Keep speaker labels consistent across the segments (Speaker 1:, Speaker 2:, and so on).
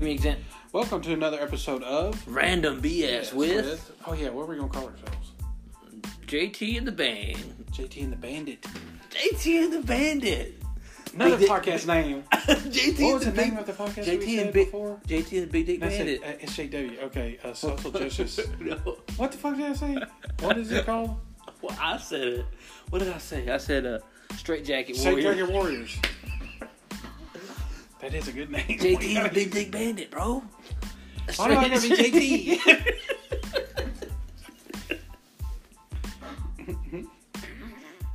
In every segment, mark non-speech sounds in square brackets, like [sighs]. Speaker 1: me exempt.
Speaker 2: Welcome to another episode of
Speaker 1: Random BS with,
Speaker 2: Oh yeah, what are we gonna call ourselves?
Speaker 1: JT and the Band.
Speaker 2: JT and the Bandit.
Speaker 1: JT and the Bandit.
Speaker 2: Another
Speaker 1: Big Dick-
Speaker 2: podcast name.
Speaker 1: [laughs] JT
Speaker 2: What
Speaker 1: and
Speaker 2: was the
Speaker 1: the Big
Speaker 2: name of the podcast
Speaker 1: JT
Speaker 2: we said
Speaker 1: and Big
Speaker 2: before?
Speaker 1: JT and the Big Dick
Speaker 2: That's
Speaker 1: Bandit.
Speaker 2: it. [laughs] Uh, It's JW. Okay,
Speaker 1: [laughs]
Speaker 2: uh, social justice.
Speaker 1: no,
Speaker 2: What the fuck did I say? What is it called?
Speaker 1: well, I said it. What did I say? I said uh, Straight Jacket
Speaker 2: Saint
Speaker 1: Warrior.
Speaker 2: Dragon Warriors. That is a good name.
Speaker 1: JT and the Big Dick Bandit, bro.
Speaker 2: Why do I gotta be
Speaker 1: [laughs]
Speaker 2: JT?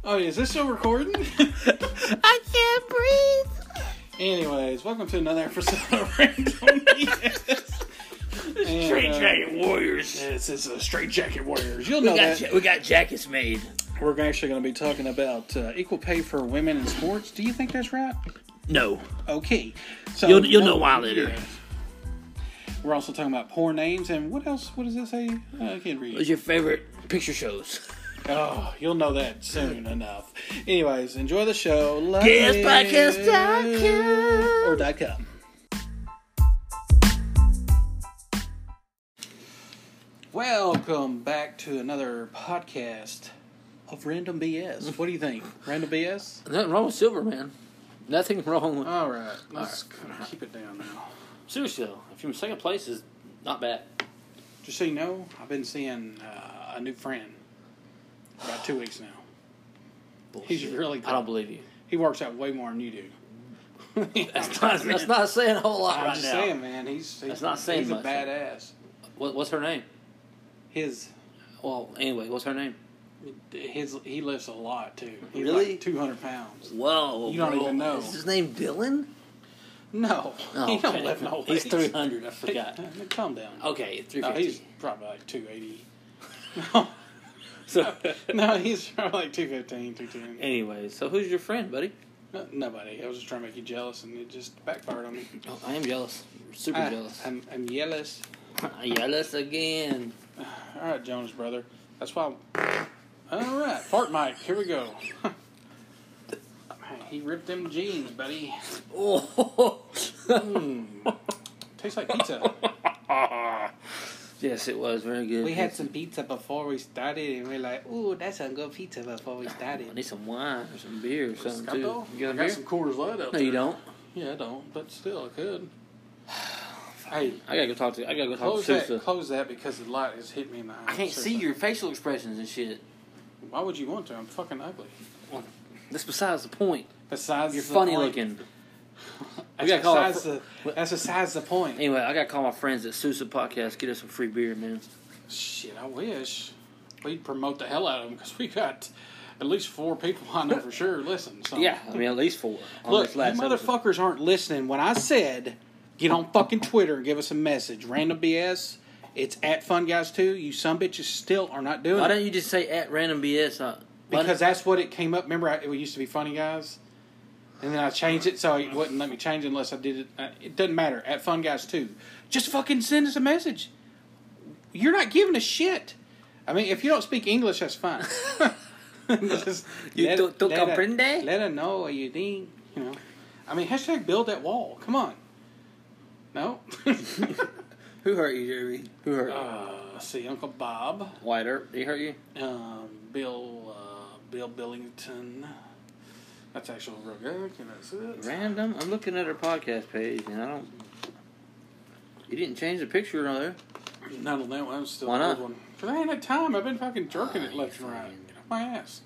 Speaker 2: oh, is this still recording?
Speaker 1: I can't
Speaker 2: Anyways, welcome to another episode of [laughs] Random BS.
Speaker 1: breathe.
Speaker 2: And,
Speaker 1: Straight
Speaker 2: uh,
Speaker 1: Jacket Warriors.
Speaker 2: This is the Straight Jacket Warriors. You'll
Speaker 1: We
Speaker 2: know
Speaker 1: got,
Speaker 2: that.
Speaker 1: ja- we got jackets made.
Speaker 2: We're actually going to be talking about uh, equal pay for women in sports. Do you think that's right?
Speaker 1: No.
Speaker 2: Okay. So
Speaker 1: You'll- you'll know why later.
Speaker 2: Yes. We're also talking about poor names and what else? What does that say? Uh, I can't read.
Speaker 1: What's your favorite picture shows?
Speaker 2: Oh, you'll know that soon enough. Anyways, enjoy the show. Love
Speaker 1: Yes,
Speaker 2: it.
Speaker 1: podcast.com.
Speaker 2: or dot com. Welcome back to another podcast of Random BS. What do you think? Random BS?
Speaker 1: Nothing wrong with silver, man. Nothing wrong with
Speaker 2: All right, let's kinda keep it down now.
Speaker 1: seriously though. If you're in second place, is not bad.
Speaker 2: Just so you know, I've been seeing uh, a new friend about two weeks now. He's really good.
Speaker 1: I don't believe you.
Speaker 2: He works out way more than you do.
Speaker 1: [laughs] That's [laughs] not, that's not saying a whole lot
Speaker 2: I'm
Speaker 1: right
Speaker 2: just
Speaker 1: now.
Speaker 2: saying, man. He's, he's
Speaker 1: That's not saying
Speaker 2: he's
Speaker 1: much.
Speaker 2: a badass.
Speaker 1: What, what's her name?
Speaker 2: His
Speaker 1: Well, anyway, what's her name?
Speaker 2: his he lifts a lot too. He's
Speaker 1: Really?
Speaker 2: like two hundred pounds.
Speaker 1: Whoa,
Speaker 2: You don't
Speaker 1: bro.
Speaker 2: even know.
Speaker 1: Is his name Dylan?
Speaker 2: No, [laughs]
Speaker 1: Oh,
Speaker 2: he don't
Speaker 1: okay.
Speaker 2: lift no.
Speaker 1: He's
Speaker 2: weight.
Speaker 1: three hundred. I forgot.
Speaker 2: [laughs]
Speaker 1: Oh,
Speaker 2: Hey, Calm down.
Speaker 1: Okay, three
Speaker 2: no, he's
Speaker 1: fifty.
Speaker 2: probably like two eighty. [laughs] No,
Speaker 1: [laughs] so,
Speaker 2: no, he's probably like 215,
Speaker 1: [laughs]
Speaker 2: 210.
Speaker 1: anyway, so who's your friend, buddy?
Speaker 2: No, Nobody. I was just trying to make you jealous, and it just backfired on me.
Speaker 1: Oh, I am jealous. Ah. Super
Speaker 2: I,
Speaker 1: jealous. [laughs]
Speaker 2: I'm, I'm jealous.
Speaker 1: jealous [laughs] again.
Speaker 2: All right, Jonas brother. That's why. All right, fart Mike. Here we go. [laughs] Man, he ripped them jeans, buddy.
Speaker 1: Oh.
Speaker 2: Tastes like pizza.
Speaker 1: yes, it was very good.
Speaker 2: we had some pizza before we started, and we're like, "Ooh, that's some good pizza." Before we
Speaker 1: I
Speaker 2: started,
Speaker 1: need some wine or some beer or something
Speaker 2: Scotto?
Speaker 1: too. You
Speaker 2: I
Speaker 1: got a
Speaker 2: got
Speaker 1: beer?
Speaker 2: some Coors Light out
Speaker 1: No,
Speaker 2: there.
Speaker 1: you don't.
Speaker 2: Yeah, I don't. But still, I [sighs] could. hey,
Speaker 1: I gotta go talk to. I gotta go talk
Speaker 2: close
Speaker 1: to
Speaker 2: that.
Speaker 1: Susa.
Speaker 2: Close that because the light has hit me in the eye.
Speaker 1: I can't see
Speaker 2: Seriously.
Speaker 1: your facial expressions and shit.
Speaker 2: Why would you want to? I'm fucking ugly.
Speaker 1: Well, That's besides the point.
Speaker 2: Besides,
Speaker 1: You're
Speaker 2: the
Speaker 1: funny
Speaker 2: point-
Speaker 1: looking.
Speaker 2: That's
Speaker 1: gotta call our
Speaker 2: besides
Speaker 1: fr-
Speaker 2: the. That's besides the point.
Speaker 1: Anyway, I gotta call my friends at Susa Podcast. Get us some free beer, man.
Speaker 2: Shit, I wish we'd promote the hell out of them because we got at least four people I know for sure listen. So.
Speaker 1: Yeah, I mean at least four. on
Speaker 2: Look,
Speaker 1: this
Speaker 2: you
Speaker 1: last episode.
Speaker 2: motherfuckers aren't listening. When I said, get on fucking Twitter and give us a message, random BS, it's at Fun Guys Two. You some bitches still are not doing
Speaker 1: Why
Speaker 2: it
Speaker 1: don't you just say at random BS? Uh, why
Speaker 2: because that's what it came up. Remember, I, it used to be Funny Guys, and then I changed it so it wouldn't let me change it unless I did it. uh, It doesn't matter. At Fun Guys Two, just fucking send us a message. You're not giving a shit. I mean, if you don't speak English, that's fine. [laughs] Just
Speaker 1: You
Speaker 2: let
Speaker 1: to-
Speaker 2: it-
Speaker 1: to
Speaker 2: let it-
Speaker 1: comprende?
Speaker 2: Let her know what you think. You know, I mean, hashtag build that wall. Come on.
Speaker 1: [laughs]
Speaker 2: No.
Speaker 1: [laughs]
Speaker 2: [laughs]
Speaker 1: who hurt you, Jeremy? Who hurt you?
Speaker 2: uh, see, Uncle Bob,
Speaker 1: White Earp, did he hurt you?
Speaker 2: um, Bill, uh, Bill Billington. That's actually real good. Can I see it?
Speaker 1: Random. I'm looking at her podcast page and I don't. You didn't change the picture on there.
Speaker 2: Not on that one. I'm still
Speaker 1: Why
Speaker 2: on
Speaker 1: not?
Speaker 2: that one. Cause I ain't had time. I've been fucking jerking it
Speaker 1: Ah,
Speaker 2: left
Speaker 1: you
Speaker 2: and right.
Speaker 1: fucking-
Speaker 2: Get off my ass.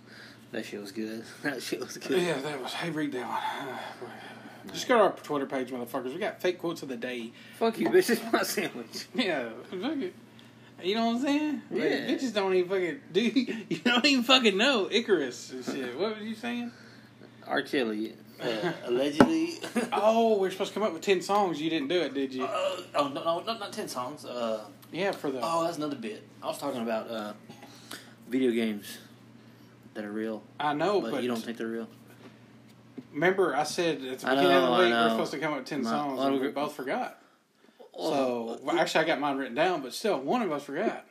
Speaker 1: That shit was good. [laughs] That shit was good.
Speaker 2: Yeah, that was. Hey, read that one. [sighs] Just go to our Twitter page, motherfuckers. We got fake quotes of the day. [laughs]
Speaker 1: Fuck you, bitch. It's my sandwich.
Speaker 2: Yeah, fucking, you know what I'm saying? Like,
Speaker 1: Yeah.
Speaker 2: bitches don't even fucking [laughs] do. You don't even fucking know Icarus and shit. What was
Speaker 1: [laughs]
Speaker 2: you saying?
Speaker 1: R. Kelly. Uh,
Speaker 2: [laughs]
Speaker 1: allegedly. Uh,
Speaker 2: Oh, we are supposed to come up with ten songs. You didn't do it, did you?
Speaker 1: oh, no, no, not, not 10 songs. Uh,
Speaker 2: Yeah, for the.
Speaker 1: oh, that's another bit. I was talking about uh, video games that are real,
Speaker 2: I know,
Speaker 1: but,
Speaker 2: Oh, but,
Speaker 1: you don't think they're real.
Speaker 2: remember I said at the
Speaker 1: I
Speaker 2: beginning of
Speaker 1: know,
Speaker 2: the
Speaker 1: I
Speaker 2: week we're
Speaker 1: know.
Speaker 2: supposed to come up with ten
Speaker 1: My- Oh,
Speaker 2: songs,
Speaker 1: well,
Speaker 2: and
Speaker 1: we-
Speaker 2: we both forgot.
Speaker 1: uh,
Speaker 2: So well, actually, I got mine written down, but still, one
Speaker 1: [laughs]
Speaker 2: of us forgot.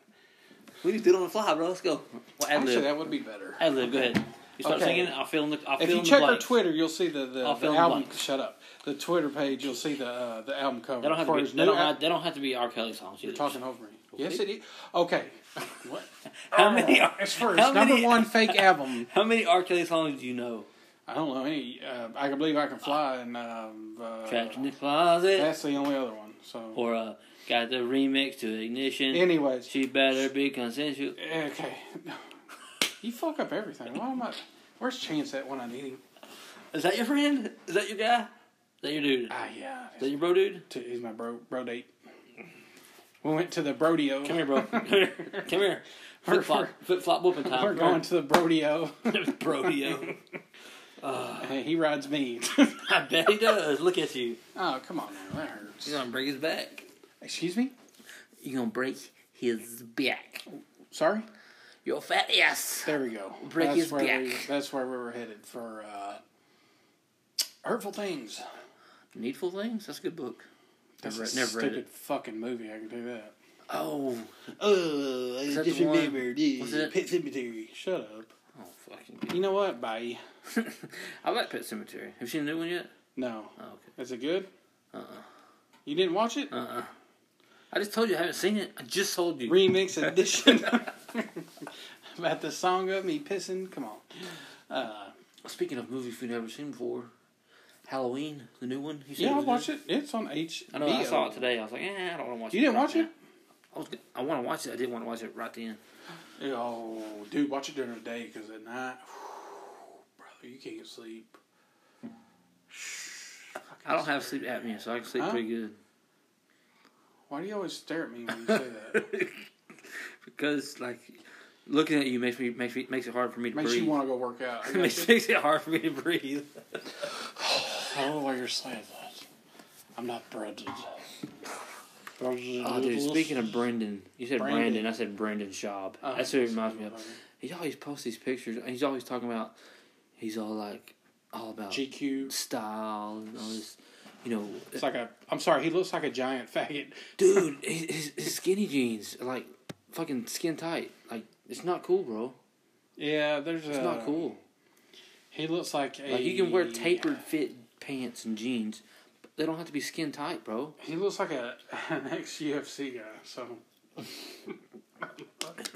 Speaker 1: we just do it on the fly, bro. Let's go. Well, ad
Speaker 2: Actually,
Speaker 1: lib.
Speaker 2: that would be better.
Speaker 1: Ad lib, go ahead. You start
Speaker 2: Okay.
Speaker 1: singing it, I'll fill in the I'll
Speaker 2: If
Speaker 1: fill
Speaker 2: you
Speaker 1: in the
Speaker 2: check our
Speaker 1: blanks.
Speaker 2: Twitter, you'll see the, the,
Speaker 1: I'll
Speaker 2: the
Speaker 1: fill in the
Speaker 2: album.
Speaker 1: blanks.
Speaker 2: shut up. The Twitter page, you'll see the uh, the album cover.
Speaker 1: They don't have
Speaker 2: For
Speaker 1: to be.
Speaker 2: his
Speaker 1: They
Speaker 2: new
Speaker 1: don't,
Speaker 2: al-
Speaker 1: have, they don't have to be R. Kelly songs.
Speaker 2: You're
Speaker 1: either.
Speaker 2: [laughs] talking over me. Yes, it is. Okay. Uh, what?
Speaker 1: How many? R-
Speaker 2: Oh, [laughs] It's first
Speaker 1: how
Speaker 2: number
Speaker 1: many- [laughs]
Speaker 2: one fake album.
Speaker 1: How many R. Kelly songs do you know?
Speaker 2: I don't know any. Uh, I can believe I can fly, and um, uh,
Speaker 1: Trapped in the closet,
Speaker 2: that's the only other one. So,
Speaker 1: or uh, got the remix to Ignition.
Speaker 2: anyways,
Speaker 1: she better be consensual.
Speaker 2: okay. You fuck up everything. Why am I? Where's Chance at when I need him?
Speaker 1: Is that your friend? Is that your guy? Is that your dude? Is
Speaker 2: Ah, yeah.
Speaker 1: that your bro, dude?
Speaker 2: T- He's my bro, bro date. We went to the brodeo.
Speaker 1: Come here,
Speaker 2: [laughs]
Speaker 1: bro. Come here. Come here. Flip flop, flip flop, whooping time.
Speaker 2: We're going to the brodeo. [laughs]
Speaker 1: Brodeo.
Speaker 2: Hey, he rides me.
Speaker 1: [laughs]
Speaker 2: [laughs]
Speaker 1: I bet he does. Look at you.
Speaker 2: oh, come on, man, that hurts.
Speaker 1: You're gonna break his back.
Speaker 2: Excuse me.
Speaker 1: You're gonna break his back.
Speaker 2: Sorry.
Speaker 1: Your fat ass.
Speaker 2: There we go.
Speaker 1: Break
Speaker 2: that's
Speaker 1: his
Speaker 2: where
Speaker 1: back.
Speaker 2: We, that's where we were headed for uh, hurtful things.
Speaker 1: Needful things. That's a good book.
Speaker 2: That's
Speaker 1: Never-
Speaker 2: a
Speaker 1: never read
Speaker 2: stupid
Speaker 1: it.
Speaker 2: fucking movie. I can do that.
Speaker 1: Oh,
Speaker 2: Oh,
Speaker 1: that just the one- remembered, yeah, was it- Pet
Speaker 2: Cemetery. Shut up.
Speaker 1: oh, fucking.
Speaker 2: You know what? Bye.
Speaker 1: [laughs] I like Pet Cemetery. Have you seen the new one yet?
Speaker 2: No.
Speaker 1: Oh, okay.
Speaker 2: Is it good?
Speaker 1: Uh-uh.
Speaker 2: You didn't watch it?
Speaker 1: Uh-uh. I just told you I haven't seen it. I just told you. [laughs]
Speaker 2: Remix edition. About the song of me pissing. Come on. Uh,
Speaker 1: Speaking of movies we've never seen before, Halloween, the new one. You said
Speaker 2: yeah, I
Speaker 1: was
Speaker 2: watched
Speaker 1: good.
Speaker 2: it. It's on HBO.
Speaker 1: I know. I saw it today. I was like, eh, I don't want to watch
Speaker 2: You
Speaker 1: it.
Speaker 2: didn't
Speaker 1: right
Speaker 2: watch
Speaker 1: now.
Speaker 2: it?
Speaker 1: I was. g- I want to watch it. I didn't want to watch it right then.
Speaker 2: Oh, dude, watch it during the day because at night, brother, you can't sleep.
Speaker 1: I don't have sleep apnea, so I can sleep
Speaker 2: Huh?
Speaker 1: pretty
Speaker 2: [laughs]
Speaker 1: good.
Speaker 2: Why do you always stare at me when you say
Speaker 1: [laughs]
Speaker 2: that?
Speaker 1: Because like looking at you makes me makes me makes it hard for me to
Speaker 2: Makes
Speaker 1: breathe.
Speaker 2: you want to go work out.
Speaker 1: [laughs]
Speaker 2: I
Speaker 1: it makes,
Speaker 2: got you.
Speaker 1: makes it hard for me to breathe.
Speaker 2: I don't know why you're saying that. I'm not Brendan.
Speaker 1: Oh, dude! Speaking of Brendan, you said Brandon.
Speaker 2: Brandon.
Speaker 1: I said Brandon Schaub.
Speaker 2: Oh,
Speaker 1: That's who it reminds me of.
Speaker 2: motherfucker.
Speaker 1: He always posts these pictures, and he's always talking about. He's all like, all about
Speaker 2: GQ,
Speaker 1: style and all this. You know,
Speaker 2: it's like a. I'm sorry, he looks like a giant [laughs] faggot.
Speaker 1: dude, his, his- his skinny jeans are like fucking skin tight. Like it's not cool, bro.
Speaker 2: Yeah, there's
Speaker 1: It's
Speaker 2: a.
Speaker 1: not cool.
Speaker 2: He looks like a.
Speaker 1: Like you can wear tapered fit pants and jeans, but they don't have to be skin tight, bro.
Speaker 2: He looks like a [laughs] an ex UFC guy. So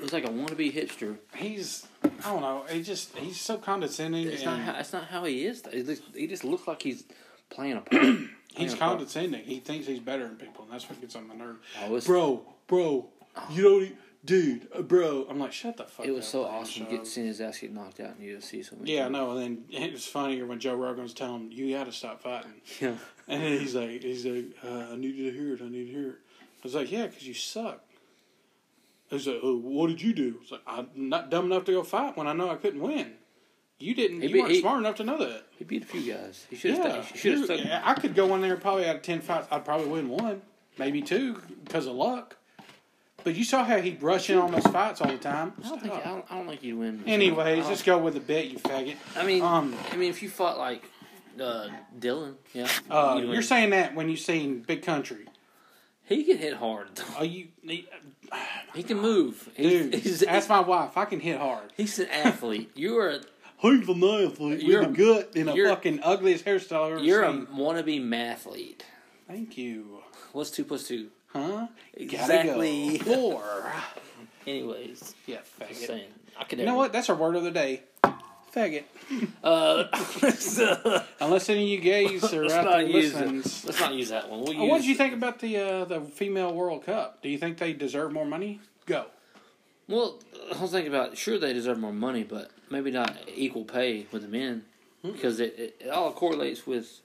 Speaker 1: It's like a wannabe hipster.
Speaker 2: he's. I don't know. He just he's so condescending.
Speaker 1: It's not
Speaker 2: and
Speaker 1: how. It's not how he is. though. He just, he just looks like he's playing a
Speaker 2: [clears throat]
Speaker 1: part.
Speaker 2: He's
Speaker 1: Yeah, bro.
Speaker 2: condescending. He thinks he's better than people, and that's what gets on my nerve.
Speaker 1: Oh, it's-
Speaker 2: Bro, bro, you don't, e- dude, uh, bro. I'm like, shut the fuck.
Speaker 1: Oh. It was
Speaker 2: up,
Speaker 1: so
Speaker 2: man,
Speaker 1: awesome
Speaker 2: Sean.
Speaker 1: getting seeing his ass get knocked out in UFC. So many
Speaker 2: yeah,
Speaker 1: times.
Speaker 2: no. And then [laughs] it was funnier when Joe Rogan was telling him, "You got to stop fighting,"
Speaker 1: Yeah.
Speaker 2: and then he's like, "He's like, uh, I need you to hear it. I need to hear it." I was like, "Yeah, because you suck." He's like, "Oh, what did you do?" I was like, "I'm not dumb enough to go fight when I know I couldn't win." You didn't.
Speaker 1: He
Speaker 2: you
Speaker 1: be-
Speaker 2: weren't
Speaker 1: he-
Speaker 2: smart enough to know that.
Speaker 1: [laughs] He beat a few guys. He should have.
Speaker 2: Yeah,
Speaker 1: He should have
Speaker 2: you-
Speaker 1: stuck.
Speaker 2: yeah, I could go in there probably out of ten fights, I'd probably win one, maybe two, because of luck. But you saw how he'd rush in on those fights all the time.
Speaker 1: I don't think. Oh. I don't, I don't think you'd win.
Speaker 2: Anyways,
Speaker 1: I
Speaker 2: just go with the bet, you faggot.
Speaker 1: I mean,
Speaker 2: um,
Speaker 1: I mean, if you fought like uh, Dylan, yeah,
Speaker 2: Uh,
Speaker 1: you'd win.
Speaker 2: you're saying that when you've seen Big Country.
Speaker 1: he can hit hard.
Speaker 2: Are you,
Speaker 1: He can move. He's,
Speaker 2: dude?
Speaker 1: he's,
Speaker 2: that's my wife. I can hit hard.
Speaker 1: he's an athlete. You are.
Speaker 2: Who's an athlete
Speaker 1: You're
Speaker 2: with a
Speaker 1: a-
Speaker 2: gut and
Speaker 1: you're-
Speaker 2: a fucking ugliest hairstyle I've ever
Speaker 1: You're a
Speaker 2: seen?
Speaker 1: wannabe mathlete.
Speaker 2: Thank you.
Speaker 1: What's two plus two?
Speaker 2: Huh?
Speaker 1: Exactly. [laughs]
Speaker 2: Gotta go. Four.
Speaker 1: Anyways,
Speaker 2: Yeah,
Speaker 1: just
Speaker 2: faggot.
Speaker 1: saying. I could.
Speaker 2: You know what? That's our word of the day. Faggot.
Speaker 1: Uh, [laughs] let's, uh,
Speaker 2: Unless any of you gays
Speaker 1: [laughs]
Speaker 2: are
Speaker 1: let's
Speaker 2: out there
Speaker 1: not use it.
Speaker 2: listening.
Speaker 1: Let's not use that one. We'll
Speaker 2: Oh, what
Speaker 1: use-
Speaker 2: did you think about the uh, the female World Cup? Do you think they deserve more money? Go.
Speaker 1: Well, I was thinking about sure they deserve more money, but maybe not equal pay with the men
Speaker 2: Hmm.
Speaker 1: because it, it, it all correlates with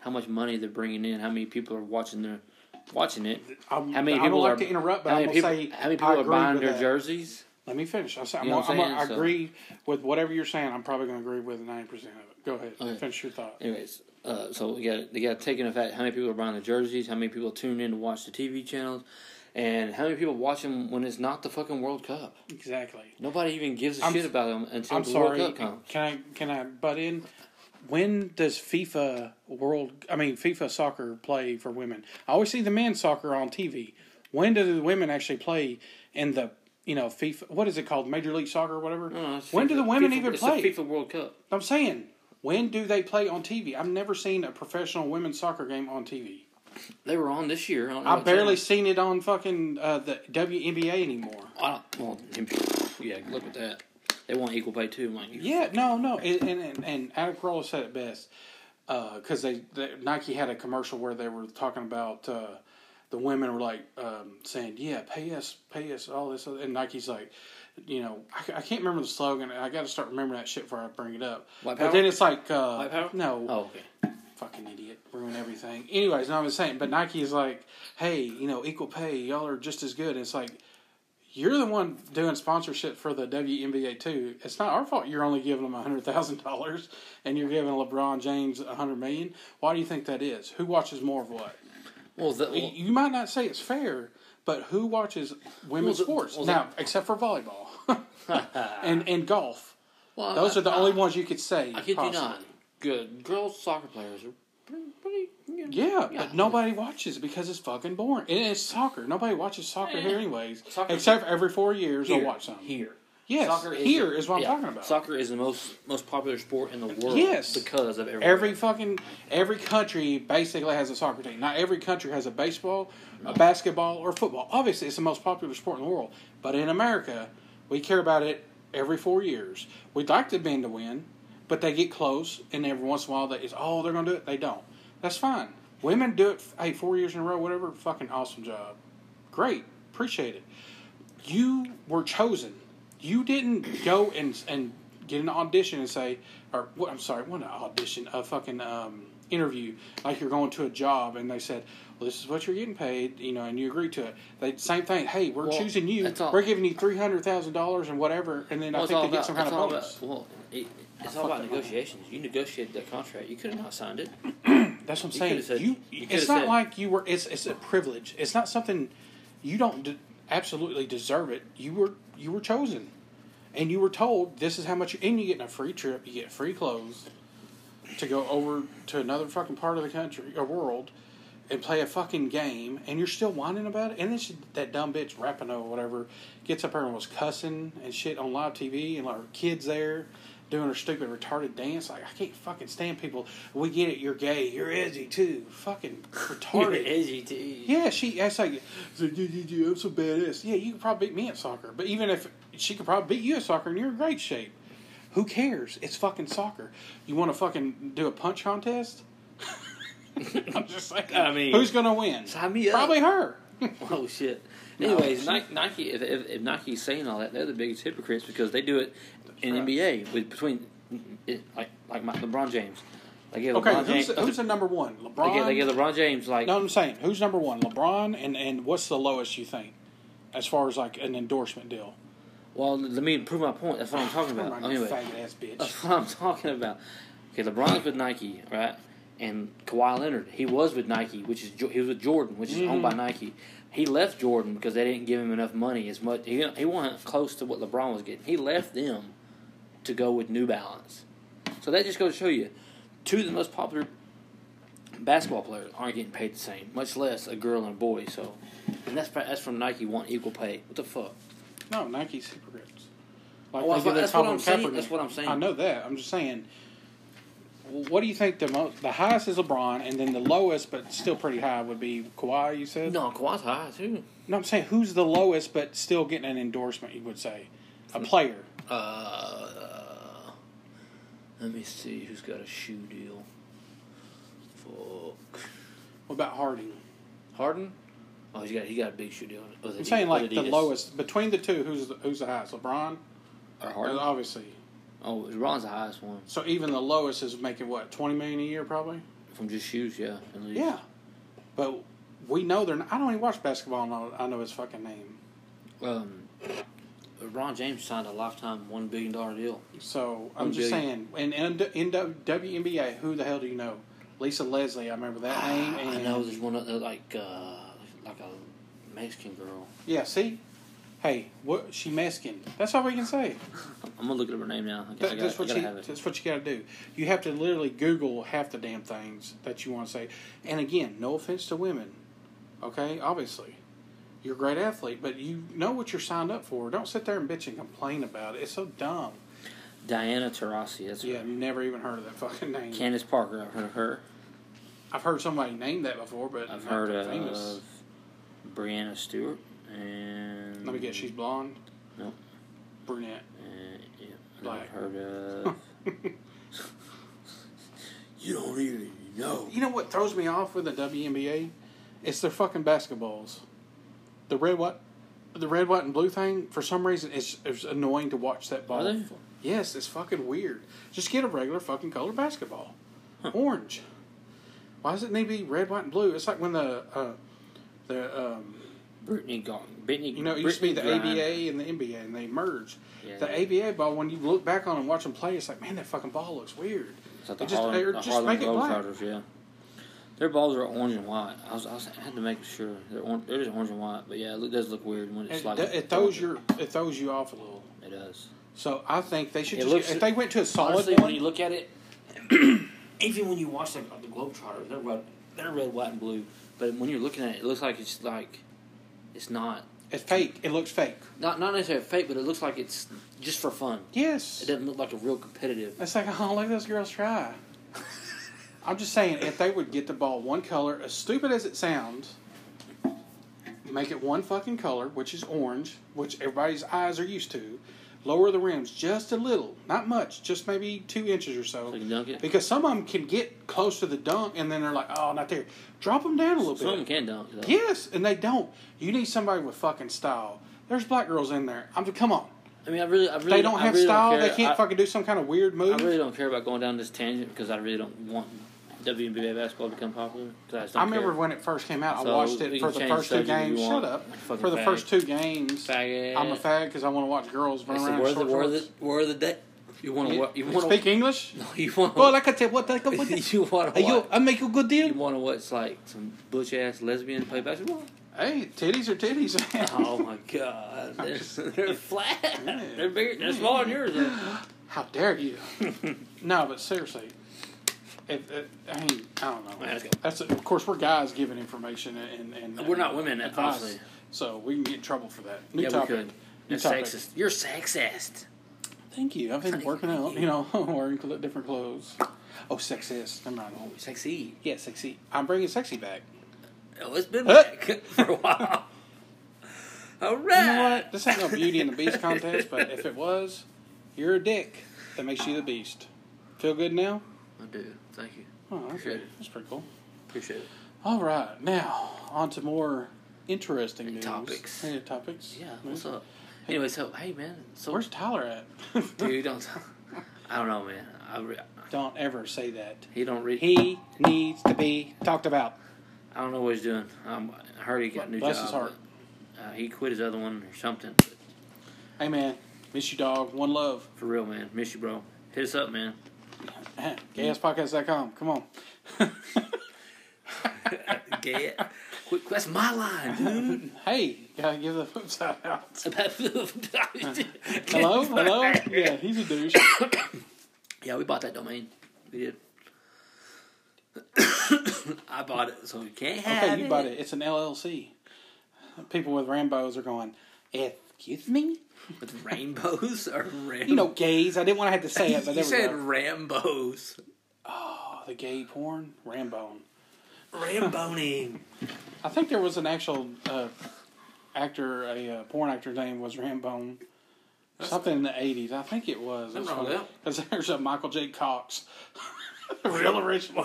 Speaker 1: how much money they're bringing in, how many people are watching their watching it,
Speaker 2: I'm,
Speaker 1: how many
Speaker 2: I
Speaker 1: people
Speaker 2: don't like
Speaker 1: are
Speaker 2: to interrupt, but
Speaker 1: how
Speaker 2: I'm
Speaker 1: many
Speaker 2: gonna
Speaker 1: people,
Speaker 2: say
Speaker 1: how many people
Speaker 2: I
Speaker 1: are
Speaker 2: agree
Speaker 1: buying
Speaker 2: with
Speaker 1: their
Speaker 2: that.
Speaker 1: jerseys.
Speaker 2: Let me finish. I'm, I'm,
Speaker 1: You know what
Speaker 2: I'm,
Speaker 1: I'm
Speaker 2: gonna- i
Speaker 1: saying? So-
Speaker 2: agree with whatever you're saying. I'm probably going to agree with 90 percent of it. Go ahead.
Speaker 1: Okay.
Speaker 2: Finish your thought.
Speaker 1: Anyways, uh, so we got they got to take into fact how many people are buying the jerseys, how many people tune in to watch the TV channels, and how many people watch them when it's not the fucking World Cup.
Speaker 2: Exactly.
Speaker 1: Nobody even gives a
Speaker 2: I'm-
Speaker 1: shit about them until
Speaker 2: I'm
Speaker 1: the
Speaker 2: sorry.
Speaker 1: World Cup comes.
Speaker 2: Can I can I butt in? When does FIFA World? I mean FIFA soccer play for women? I always see the men's soccer on TV. When do the women actually play in the you know, FIFA. What is it called? Major League Soccer or whatever.
Speaker 1: No, no, it's
Speaker 2: when do
Speaker 1: FIFA
Speaker 2: the women
Speaker 1: FIFA
Speaker 2: even
Speaker 1: it's
Speaker 2: play?
Speaker 1: The FIFA World Cup.
Speaker 2: I'm saying, when do they play on TV? I've never seen a professional women's soccer game on TV.
Speaker 1: They were on this year. I, don't know
Speaker 2: I
Speaker 1: what channel.
Speaker 2: barely seen it on fucking uh, the WNBA anymore.
Speaker 1: I don't, well, yeah, look at that. They want equal pay too, like you.
Speaker 2: Yeah, no, no, and and and, and Adam Carolla said it best because they, they Nike had a commercial where they were talking about uh, the women were like um, saying, "Yeah, pay us, pay us, all this," other-" and Nike's like. You know, I, I can't remember the slogan. I got to start remembering that shit before I bring it up.
Speaker 1: White
Speaker 2: But
Speaker 1: power?
Speaker 2: then it's like, uh,
Speaker 1: White power?
Speaker 2: no,
Speaker 1: Oh, okay.
Speaker 2: fucking idiot, ruin everything. Anyways, no, I was saying, but Nike is like, hey, you know, equal pay, y'all are just as good. it's like, you're the one doing sponsorship for the WNBA too. It's not our fault. You're only giving them hundred thousand dollars, and you're giving LeBron James a hundred million. Why do you think that is? Who watches more of what?
Speaker 1: Well, the,
Speaker 2: You-
Speaker 1: well,
Speaker 2: You might not say it's fair, but who watches women's
Speaker 1: Well, the-
Speaker 2: sports
Speaker 1: well, the-
Speaker 2: now, except
Speaker 1: [laughs]
Speaker 2: for volleyball and and golf?
Speaker 1: well,
Speaker 2: Those
Speaker 1: I-
Speaker 2: are the
Speaker 1: I-
Speaker 2: only ones you could say.
Speaker 1: I kid you
Speaker 2: possibly.
Speaker 1: not. Good girls soccer players are pretty. pretty you know,
Speaker 2: Yeah,
Speaker 1: Yeah.
Speaker 2: but nobody watches it because it's fucking boring. And it's soccer. Nobody watches soccer here anyways.
Speaker 1: Soccer-
Speaker 2: Except for every four years they'll
Speaker 1: here,
Speaker 2: watch something.
Speaker 1: here.
Speaker 2: Yes, here is what I'm talking about.
Speaker 1: Soccer is the most most popular sport in the world.
Speaker 2: Yes.
Speaker 1: because of everyone.
Speaker 2: Every fucking every country basically has a soccer team. Not every country has a baseball, a basketball, or football. Obviously, it's the most popular sport in the world. But in America, we care about it every four years. We'd like the men to win, but they get close, and every once in a while, they it's oh they're gonna do it. They don't. That's fine. Women do it. Hey, four years in a row, whatever. Fucking awesome job. Great, appreciate it. You were chosen. You didn't go and and get an audition and say, or what? I'm sorry, what an audition, a fucking um, interview, like you're going to a job, and they said, well, this is what you're getting paid, you know, and you agree to it. They same thing. Hey, we're
Speaker 1: Well,
Speaker 2: choosing you.
Speaker 1: that's all-
Speaker 2: We're giving you three hundred thousand dollars and whatever, and then
Speaker 1: Well,
Speaker 2: I
Speaker 1: it's
Speaker 2: think
Speaker 1: all
Speaker 2: they
Speaker 1: about,
Speaker 2: get some kind
Speaker 1: it's
Speaker 2: of
Speaker 1: all
Speaker 2: bonus.
Speaker 1: about- well, it, it's all about
Speaker 2: fucked up my mind.
Speaker 1: negotiations. You negotiated that contract. You could have not signed it.
Speaker 2: That's what I'm
Speaker 1: You
Speaker 2: saying.
Speaker 1: could've said-
Speaker 2: you,
Speaker 1: you could've
Speaker 2: it's not
Speaker 1: said-
Speaker 2: like you were. It's it's a privilege. It's not something you don't de- absolutely deserve it. You were you were chosen, and you were told this is how much. You, and you get a free trip. You get free clothes to go over to another fucking part of the country or world and play a fucking game, and you're still whining about it. And then she, that dumb bitch Rapino or whatever gets up there and was cussing and shit on live TV, and like her kids there doing her stupid retarded dance. Like I can't fucking stand people. We get it, you're gay, you're edgy too, fucking
Speaker 1: [laughs]
Speaker 2: retarded.
Speaker 1: SGT.
Speaker 2: Yeah, she. That's like, so, dude, dude, dude, I'm so badass. Yeah, you could probably beat me at soccer, but even if she could probably beat you at soccer, and you're in great shape, who cares? It's fucking soccer. You want to fucking do a punch contest? I'm just saying.
Speaker 1: I mean-
Speaker 2: who's gonna win?
Speaker 1: Sign me up.
Speaker 2: Probably
Speaker 1: [laughs]
Speaker 2: her.
Speaker 1: Oh shit.
Speaker 2: No,
Speaker 1: Anyways,
Speaker 2: shit.
Speaker 1: Nike, Nike if, if, if Nike's saying all that, they're the biggest hypocrites because they do it in NBA with between it, like like my, LeBron James. They give
Speaker 2: Okay,
Speaker 1: LeBron
Speaker 2: who's,
Speaker 1: James.
Speaker 2: who's the number one?
Speaker 1: they,
Speaker 2: LeBron.
Speaker 1: give, they give LeBron James like
Speaker 2: No, I'm saying who's number one? LeBron, and and what's the lowest you think, as far as like an endorsement deal?
Speaker 1: Well, let me prove my point.
Speaker 2: [sighs]
Speaker 1: That's what I'm talking
Speaker 2: Never
Speaker 1: about.
Speaker 2: mind, you
Speaker 1: Anyway,
Speaker 2: faggot ass bitch.
Speaker 1: that's [laughs] what I'm talking about. Okay, LeBron's with Nike, right? And Kawhi Leonard, he was with Nike, which is Jo- he was with Jordan, which is owned by Nike. He left Jordan because they didn't give him enough money. As much he he wasn't close to what LeBron was getting. He left them to go with New Balance. So that just goes to show you, two of the most popular basketball players aren't getting paid the same, much less a girl and a boy. So, and that's that's from Nike want equal pay. What the fuck?
Speaker 2: No, Nike's hypocrites. Like
Speaker 1: Well,
Speaker 2: they give
Speaker 1: that's
Speaker 2: their
Speaker 1: what I'm
Speaker 2: Colin
Speaker 1: saying-
Speaker 2: Kaepernick.
Speaker 1: that's what I'm saying.
Speaker 2: I know that. I'm just saying. w- What do you think the most? The highest is LeBron, and then the lowest, but still pretty high, would be Kawhi. You said
Speaker 1: No, Kawhi's high too.
Speaker 2: No, I'm saying who's the lowest, but still getting an endorsement. You would say
Speaker 1: Hmm.
Speaker 2: a player.
Speaker 1: Uh, let me see who's got a shoe deal. Fuck.
Speaker 2: What about Harding?
Speaker 1: Harden? Oh, he got he got a big shoe deal. with
Speaker 2: I'm
Speaker 1: Adidas-
Speaker 2: saying like
Speaker 1: with
Speaker 2: the
Speaker 1: Adidas.
Speaker 2: lowest between the two. Who's the, who's the highest? LeBron, Uh,
Speaker 1: Or Uh, Harden?
Speaker 2: obviously.
Speaker 1: Oh, LeBron's the highest one
Speaker 2: So even the lowest is making what twenty million a year, probably.
Speaker 1: from just shoes, yeah. at least.
Speaker 2: Yeah, but we know they're. Not, I don't even watch basketball. And I know- I know his fucking name.
Speaker 1: Um, LeBron James signed a lifetime one billion dollar deal.
Speaker 2: So
Speaker 1: One
Speaker 2: I'm just
Speaker 1: billion.
Speaker 2: saying, and in, in WNBA, who the hell do you know? Lisa Leslie, I remember that name. And,
Speaker 1: Ah, I know there's one other like uh like a Mexican girl.
Speaker 2: Yeah, see, hey, what she Mexican? That's all we can say.
Speaker 1: I'm gonna look at her name now. I,
Speaker 2: That-
Speaker 1: gotta,
Speaker 2: that's
Speaker 1: I
Speaker 2: what
Speaker 1: gotta
Speaker 2: you.
Speaker 1: have it.
Speaker 2: That's what you got to do. You have to literally Google half the damn things that you want to say. And again, no offense to women, okay? Obviously, you're a great athlete, but you know what you're signed up for. Don't sit there and bitch and complain about it. It's so dumb.
Speaker 1: Diana Taurasi. That's
Speaker 2: Yeah,
Speaker 1: her.
Speaker 2: never even heard of that fucking name.
Speaker 1: Candace Parker. I've heard of her.
Speaker 2: I've heard somebody name that before, but
Speaker 1: I've
Speaker 2: not
Speaker 1: heard
Speaker 2: that
Speaker 1: of Brianna Stewart and
Speaker 2: Let me guess, she's blonde,
Speaker 1: no.
Speaker 2: brunette. [laughs]
Speaker 1: Uh, yeah, and
Speaker 2: Black.
Speaker 1: I've heard
Speaker 2: [laughs]
Speaker 1: of. you don't really know.
Speaker 2: You know what throws me off with the WNBA? It's their fucking basketballs. The red, white, the red, white, and blue thing. For some reason, it's, it's annoying to watch that ball.
Speaker 1: Are they?
Speaker 2: Yes, it's fucking weird. Just get a regular fucking color basketball. Orange. Why does it need to be red, white, and blue? It's like when the uh, the um,
Speaker 1: Brittany Gong. Brittany.
Speaker 2: you know it used to be the
Speaker 1: Brittany Griner.
Speaker 2: ABA and the NBA, and they merged.
Speaker 1: Yeah.
Speaker 2: The ABA ball, when you look back on and watch them play, it's like, man, that fucking ball looks weird.
Speaker 1: It's like the
Speaker 2: It just-
Speaker 1: Harlem, the
Speaker 2: or just
Speaker 1: Harlem
Speaker 2: make it black.
Speaker 1: Globetrotters, yeah. Their balls are orange and white. I was, I was I had to make sure they're orange, they're just orange and white. But yeah, it look- does look weird when it's
Speaker 2: It,
Speaker 1: like
Speaker 2: it throws your it throws you off a little.
Speaker 1: It does.
Speaker 2: So I think they should.
Speaker 1: It
Speaker 2: Just,
Speaker 1: looks-
Speaker 2: if they went to a solid
Speaker 1: Honestly,
Speaker 2: one,
Speaker 1: when you look at it, [clears throat] even when you watch them, the Globetrotters, they're red, they're red, white, and blue. But when you're looking at it, it looks like it's like it's not
Speaker 2: it's fake. It looks fake.
Speaker 1: not not necessarily fake, but it looks like it's just for fun. It
Speaker 2: Yes,
Speaker 1: doesn't look like a real competitive.
Speaker 2: it's like oh look at those
Speaker 1: [laughs]
Speaker 2: girls try. I'm just saying if they would get the ball one color, as stupid as it sounds, make it one fucking color, which is orange, which everybody's eyes are used to. Lower the rims just a little, not much, just maybe two inches or so.
Speaker 1: So you can dunk it.
Speaker 2: Because some of them can get close to the dunk and then they're like, oh, not there. Drop them down a little
Speaker 1: Some
Speaker 2: bit.
Speaker 1: of them can dunk. Though.
Speaker 2: Yes, and they don't. You need somebody with fucking style. There's black girls in there. I'm come on.
Speaker 1: I mean, I really, I really,
Speaker 2: They don't
Speaker 1: I
Speaker 2: have
Speaker 1: really
Speaker 2: style.
Speaker 1: care.
Speaker 2: they can't
Speaker 1: I-
Speaker 2: fucking do some kind of weird
Speaker 1: I
Speaker 2: move.
Speaker 1: really don't care about going down this tangent because I really don't want WNBA basketball to become popular. 'cause I, just don't
Speaker 2: I remember
Speaker 1: care.
Speaker 2: when it first came out.
Speaker 1: So,
Speaker 2: I watched
Speaker 1: we
Speaker 2: it
Speaker 1: can
Speaker 2: for the
Speaker 1: change
Speaker 2: first two
Speaker 1: subject if you
Speaker 2: games. Shut
Speaker 1: want.
Speaker 2: up.
Speaker 1: Fucking
Speaker 2: For the
Speaker 1: fag.
Speaker 2: first two games,
Speaker 1: Faggot.
Speaker 2: I'm a fag because I want to watch girls run
Speaker 1: It's the
Speaker 2: around.
Speaker 1: word,
Speaker 2: in
Speaker 1: of the
Speaker 2: short
Speaker 1: word, of
Speaker 2: shorts.
Speaker 1: the, word of the day. You want to,
Speaker 2: You,
Speaker 1: wa- [laughs] you want
Speaker 2: speak English?
Speaker 1: you want
Speaker 2: Well,
Speaker 1: to,
Speaker 2: like I tell what, like, what
Speaker 1: [laughs] you want to,
Speaker 2: Hey, yo, I make you a good
Speaker 1: you
Speaker 2: deal.
Speaker 1: want to watch like some butch ass lesbian play
Speaker 2: [laughs]
Speaker 1: basketball?
Speaker 2: Hey, titties are titties. man.
Speaker 1: Oh my god, they're, they're flat.
Speaker 2: Yeah.
Speaker 1: They're bigger. They're smaller than yours. though.
Speaker 2: How dare
Speaker 1: [laughs]
Speaker 2: you? no, but seriously, it, it, I mean, I don't know.
Speaker 1: Man, let's go.
Speaker 2: That's of course we're guys giving information and, and,
Speaker 1: We're not women,
Speaker 2: advice,
Speaker 1: obviously.
Speaker 2: so we can get in trouble for that. New
Speaker 1: Yeah,
Speaker 2: topic.
Speaker 1: we could.
Speaker 2: New
Speaker 1: You're
Speaker 2: topic.
Speaker 1: sexist. You're sexist.
Speaker 2: Thank you. I've been
Speaker 1: Honey,
Speaker 2: working
Speaker 1: thank
Speaker 2: out.
Speaker 1: you.
Speaker 2: You know, [laughs] wearing cl- different clothes. Oh, sexist. Never mind.
Speaker 1: Oh, Sexy.
Speaker 2: Yeah, sexy. I'm bringing sexy back.
Speaker 1: Oh, it's been
Speaker 2: Huh?
Speaker 1: back [laughs] for a while. All
Speaker 2: You know
Speaker 1: right. [laughs]
Speaker 2: what? This ain't no Beauty and the Beast contest, but if it was, you're a dick that makes you the beast. Feel good now?
Speaker 1: I do. Thank you.
Speaker 2: Oh, that's,
Speaker 1: Appreciate it.
Speaker 2: that's pretty cool.
Speaker 1: Appreciate it.
Speaker 2: All right, now on to more interesting news.
Speaker 1: topics.
Speaker 2: Any topics? Hmm.
Speaker 1: Yeah. What's up? Anyway, so hey man, so
Speaker 2: Where's Tyler at? [laughs]
Speaker 1: dude? Don't. I don't know, man. I re-
Speaker 2: Don't ever say that.
Speaker 1: he don't read.
Speaker 2: He needs to be talked about.
Speaker 1: I don't know what he's doing. Um, I heard he got a new
Speaker 2: Bless
Speaker 1: job.
Speaker 2: his heart.
Speaker 1: but, uh, he quit his other one or something. But
Speaker 2: Hey man, miss you, dog. One love. [clears throat]
Speaker 1: for real, man, miss you, bro. Hit us up, man.
Speaker 2: Gaspodcast.com. Come on.
Speaker 1: Gay. it. [laughs] Quit. That's my line,
Speaker 2: [laughs]
Speaker 1: dude.
Speaker 2: hey, gotta give the poop side out. Hello,
Speaker 1: [laughs] Hello,
Speaker 2: hello. Yeah, he's a
Speaker 1: [laughs]
Speaker 2: douche.
Speaker 1: Yeah, we bought that domain. We did. [coughs] I bought it, so you can't have
Speaker 2: Okay, you bought it. It's an LLC. People with Rambo's are going. Excuse me.
Speaker 1: With rainbows or ram-
Speaker 2: You know, gays. I didn't want to have to say it,
Speaker 1: [laughs]
Speaker 2: but
Speaker 1: you
Speaker 2: there we
Speaker 1: said
Speaker 2: go.
Speaker 1: Rambo's.
Speaker 2: Oh, the gay porn, Rambone.
Speaker 1: Ramboning.
Speaker 2: [laughs] I think there was an actual uh, actor, a uh, porn actor's name was Rambone. Something in the eighties, I think it was.
Speaker 1: Nothing wrong with
Speaker 2: Because there's a Michael J. Cox, [laughs] real original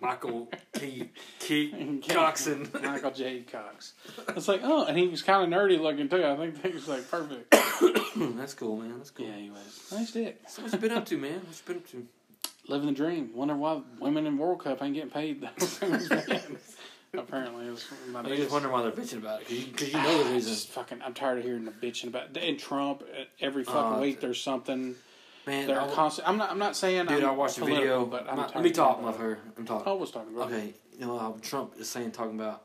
Speaker 1: Michael T.
Speaker 2: [laughs]
Speaker 1: T.
Speaker 2: Michael J. Cox. It's like, oh, and he was kind of nerdy looking too. I think that was like perfect.
Speaker 1: [laughs] That's cool, man. That's cool.
Speaker 2: yeah, he was nice dick,
Speaker 1: So what you been up to, man? What you been up to?
Speaker 2: living the dream. Wonder why women in World Cup ain't getting paid. [laughs]
Speaker 1: [laughs]
Speaker 2: Apparently, it was my
Speaker 1: I just
Speaker 2: biggest-
Speaker 1: wonder why they're bitching about it because you, know the
Speaker 2: It's [sighs]
Speaker 1: reasons.
Speaker 2: fucking. I'm tired of hearing the bitching about and Trump. uh, Every fucking
Speaker 1: Uh,
Speaker 2: week there's something.
Speaker 1: Man,
Speaker 2: They're
Speaker 1: I wa-
Speaker 2: constant. I'm not. I'm not saying.
Speaker 1: dude,
Speaker 2: I'm
Speaker 1: I watched a
Speaker 2: political,
Speaker 1: video.
Speaker 2: but I'm
Speaker 1: My-
Speaker 2: tired
Speaker 1: let me
Speaker 2: of
Speaker 1: talk,
Speaker 2: hearing about Oh.
Speaker 1: motherfucker. I'm
Speaker 2: it.
Speaker 1: talking.
Speaker 2: I was talking about. it.
Speaker 1: Okay, you know, um, Trump is saying talking about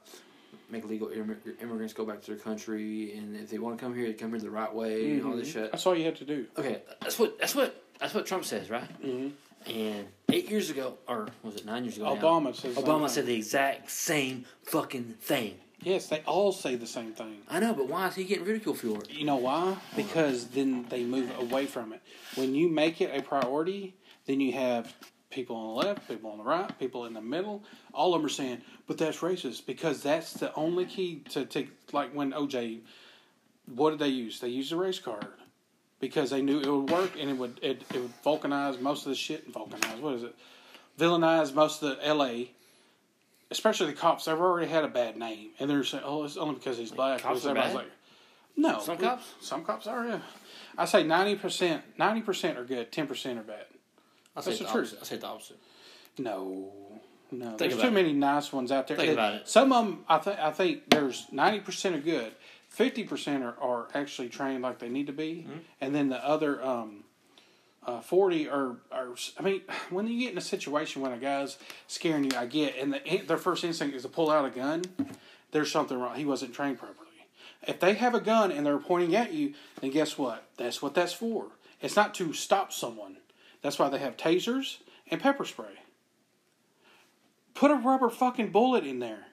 Speaker 1: make legal immig- immigrants go back to their country, and if they want to come here, they come here the right way and all this shit.
Speaker 2: Mm-hmm. That's all you have to do.
Speaker 1: Okay, that's what that's what that's what Trump says, right?
Speaker 2: Mhm.
Speaker 1: Mm-hmm. And eight years ago, or was it nine years ago? now,
Speaker 2: Obama says.
Speaker 1: Obama
Speaker 2: something.
Speaker 1: said the exact same fucking thing.
Speaker 2: Yes, they all say the same thing.
Speaker 1: I know, but why is he getting ridiculed for it?
Speaker 2: You know why? Because then they move away from it. When you make it a priority, then you have people on the left, people on the right, people in the middle. All of them are saying, "But that's racist," because that's the only key to to like when OJ. What did they use? They used a race card because they knew it would work and it would it, it would vulcanize most of the shit and vulcanize what is it? Villainize most of the LA. Especially the cops, they've already had a bad name, and they're saying, "Oh, it's only because he's black."
Speaker 1: cops
Speaker 2: Because
Speaker 1: are
Speaker 2: everybody's
Speaker 1: bad?
Speaker 2: like, no.
Speaker 1: Some
Speaker 2: we-
Speaker 1: cops?
Speaker 2: Some cops are, yeah. I say 90%, 90% are good, 10% are bad.
Speaker 1: I say
Speaker 2: That's
Speaker 1: the
Speaker 2: the truth.
Speaker 1: opposite. I say the opposite.
Speaker 2: No. No. there's
Speaker 1: about
Speaker 2: too
Speaker 1: it.
Speaker 2: many nice ones out there.
Speaker 1: Think about it.
Speaker 2: Some of them, I, th- I think there's 90% are good, 50% are, are actually trained like they need to be,
Speaker 1: Mm-hmm.
Speaker 2: and then the other um, uh, 40 are, are, I mean, [sighs] when you get in a situation when a guy's scaring you, I get, and the, their first instinct is to pull out a gun, there's something wrong. He wasn't trained properly. If they have a gun and they're pointing at you, then guess what? That's what that's for. It's not to stop someone. That's why they have tasers and pepper spray. Put a rubber fucking bullet in there.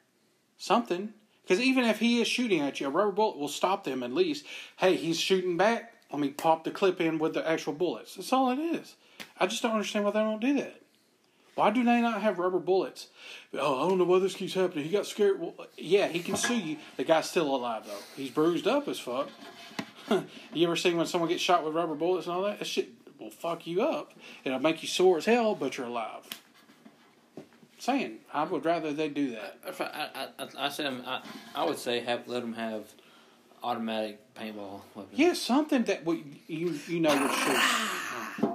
Speaker 2: Something. Because even if he is shooting at you, a rubber bullet will stop them at least. Hey, he's shooting back. Let me pop the clip in with the actual bullets. That's all it is. I just don't understand why they don't do that. Why do they not have rubber bullets? Oh, I don't know why this keeps happening. He got scared. Well, yeah, he can sue you. The guy's still alive though. He's bruised up as fuck. [laughs] you ever seen when someone gets shot with rubber bullets and all that? That shit will fuck you up. It'll make you sore as hell, but you're alive. Saying, I would rather they do that.
Speaker 1: That's right. I, I, I, I said I'm- I, I would say have let them have automatic paintball weapons.
Speaker 2: Yeah, something that we, you you know would shoot.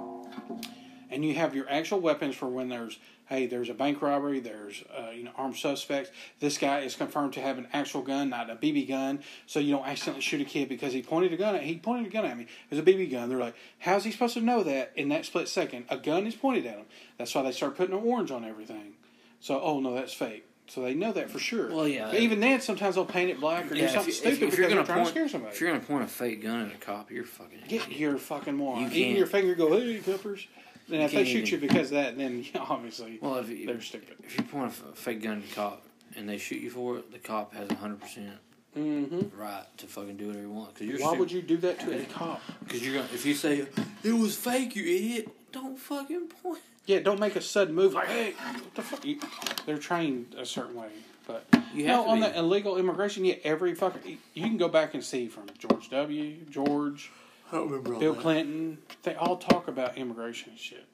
Speaker 2: And you have your actual weapons for when there's hey, there's a bank robbery, there's uh, you know armed suspects. This guy is confirmed to have an actual gun, not a BB gun, so you don't accidentally shoot a kid because he pointed a gun at he pointed a gun at me. It was a BB gun. They're like, how's he supposed to know that in that split second? A gun is pointed at him. That's why they start putting an orange on everything. So oh no, that's fake. So they know that for sure.
Speaker 1: Well, yeah.
Speaker 2: But even then, sometimes they'll paint it black or
Speaker 1: Yeah,
Speaker 2: do something
Speaker 1: you-
Speaker 2: stupid because
Speaker 1: you're
Speaker 2: they're
Speaker 1: gonna
Speaker 2: trying
Speaker 1: point,
Speaker 2: to scare somebody.
Speaker 1: if you're gonna point a fake gun at a cop, you're fucking.
Speaker 2: Get your fucking moron.
Speaker 1: You
Speaker 2: Even
Speaker 1: can't.
Speaker 2: your finger go, hey, peppers. And if they
Speaker 1: can't
Speaker 2: shoot you
Speaker 1: even.
Speaker 2: because of that, then [laughs] yeah, obviously
Speaker 1: Well, if you,
Speaker 2: they're stupid.
Speaker 1: If you point a f- fake gun at a cop and they shoot you for it, the cop has hundred percent
Speaker 2: Mm-hmm.
Speaker 1: right to fucking do whatever he wants. Because you're
Speaker 2: Why would you do that to a cop?
Speaker 1: Because you're gonna if you say it was fake, you idiot. Don't fucking point.
Speaker 2: Yeah, don't make a sudden move like, hey, what the fuck? You, they're trained a certain way. But
Speaker 1: You
Speaker 2: no,
Speaker 1: have to
Speaker 2: on
Speaker 1: be.
Speaker 2: the illegal immigration, yeah, every fucking. You can go back and see from George W., George,
Speaker 1: I don't remember. All
Speaker 2: Bill Clinton. They all talk about immigation and shit.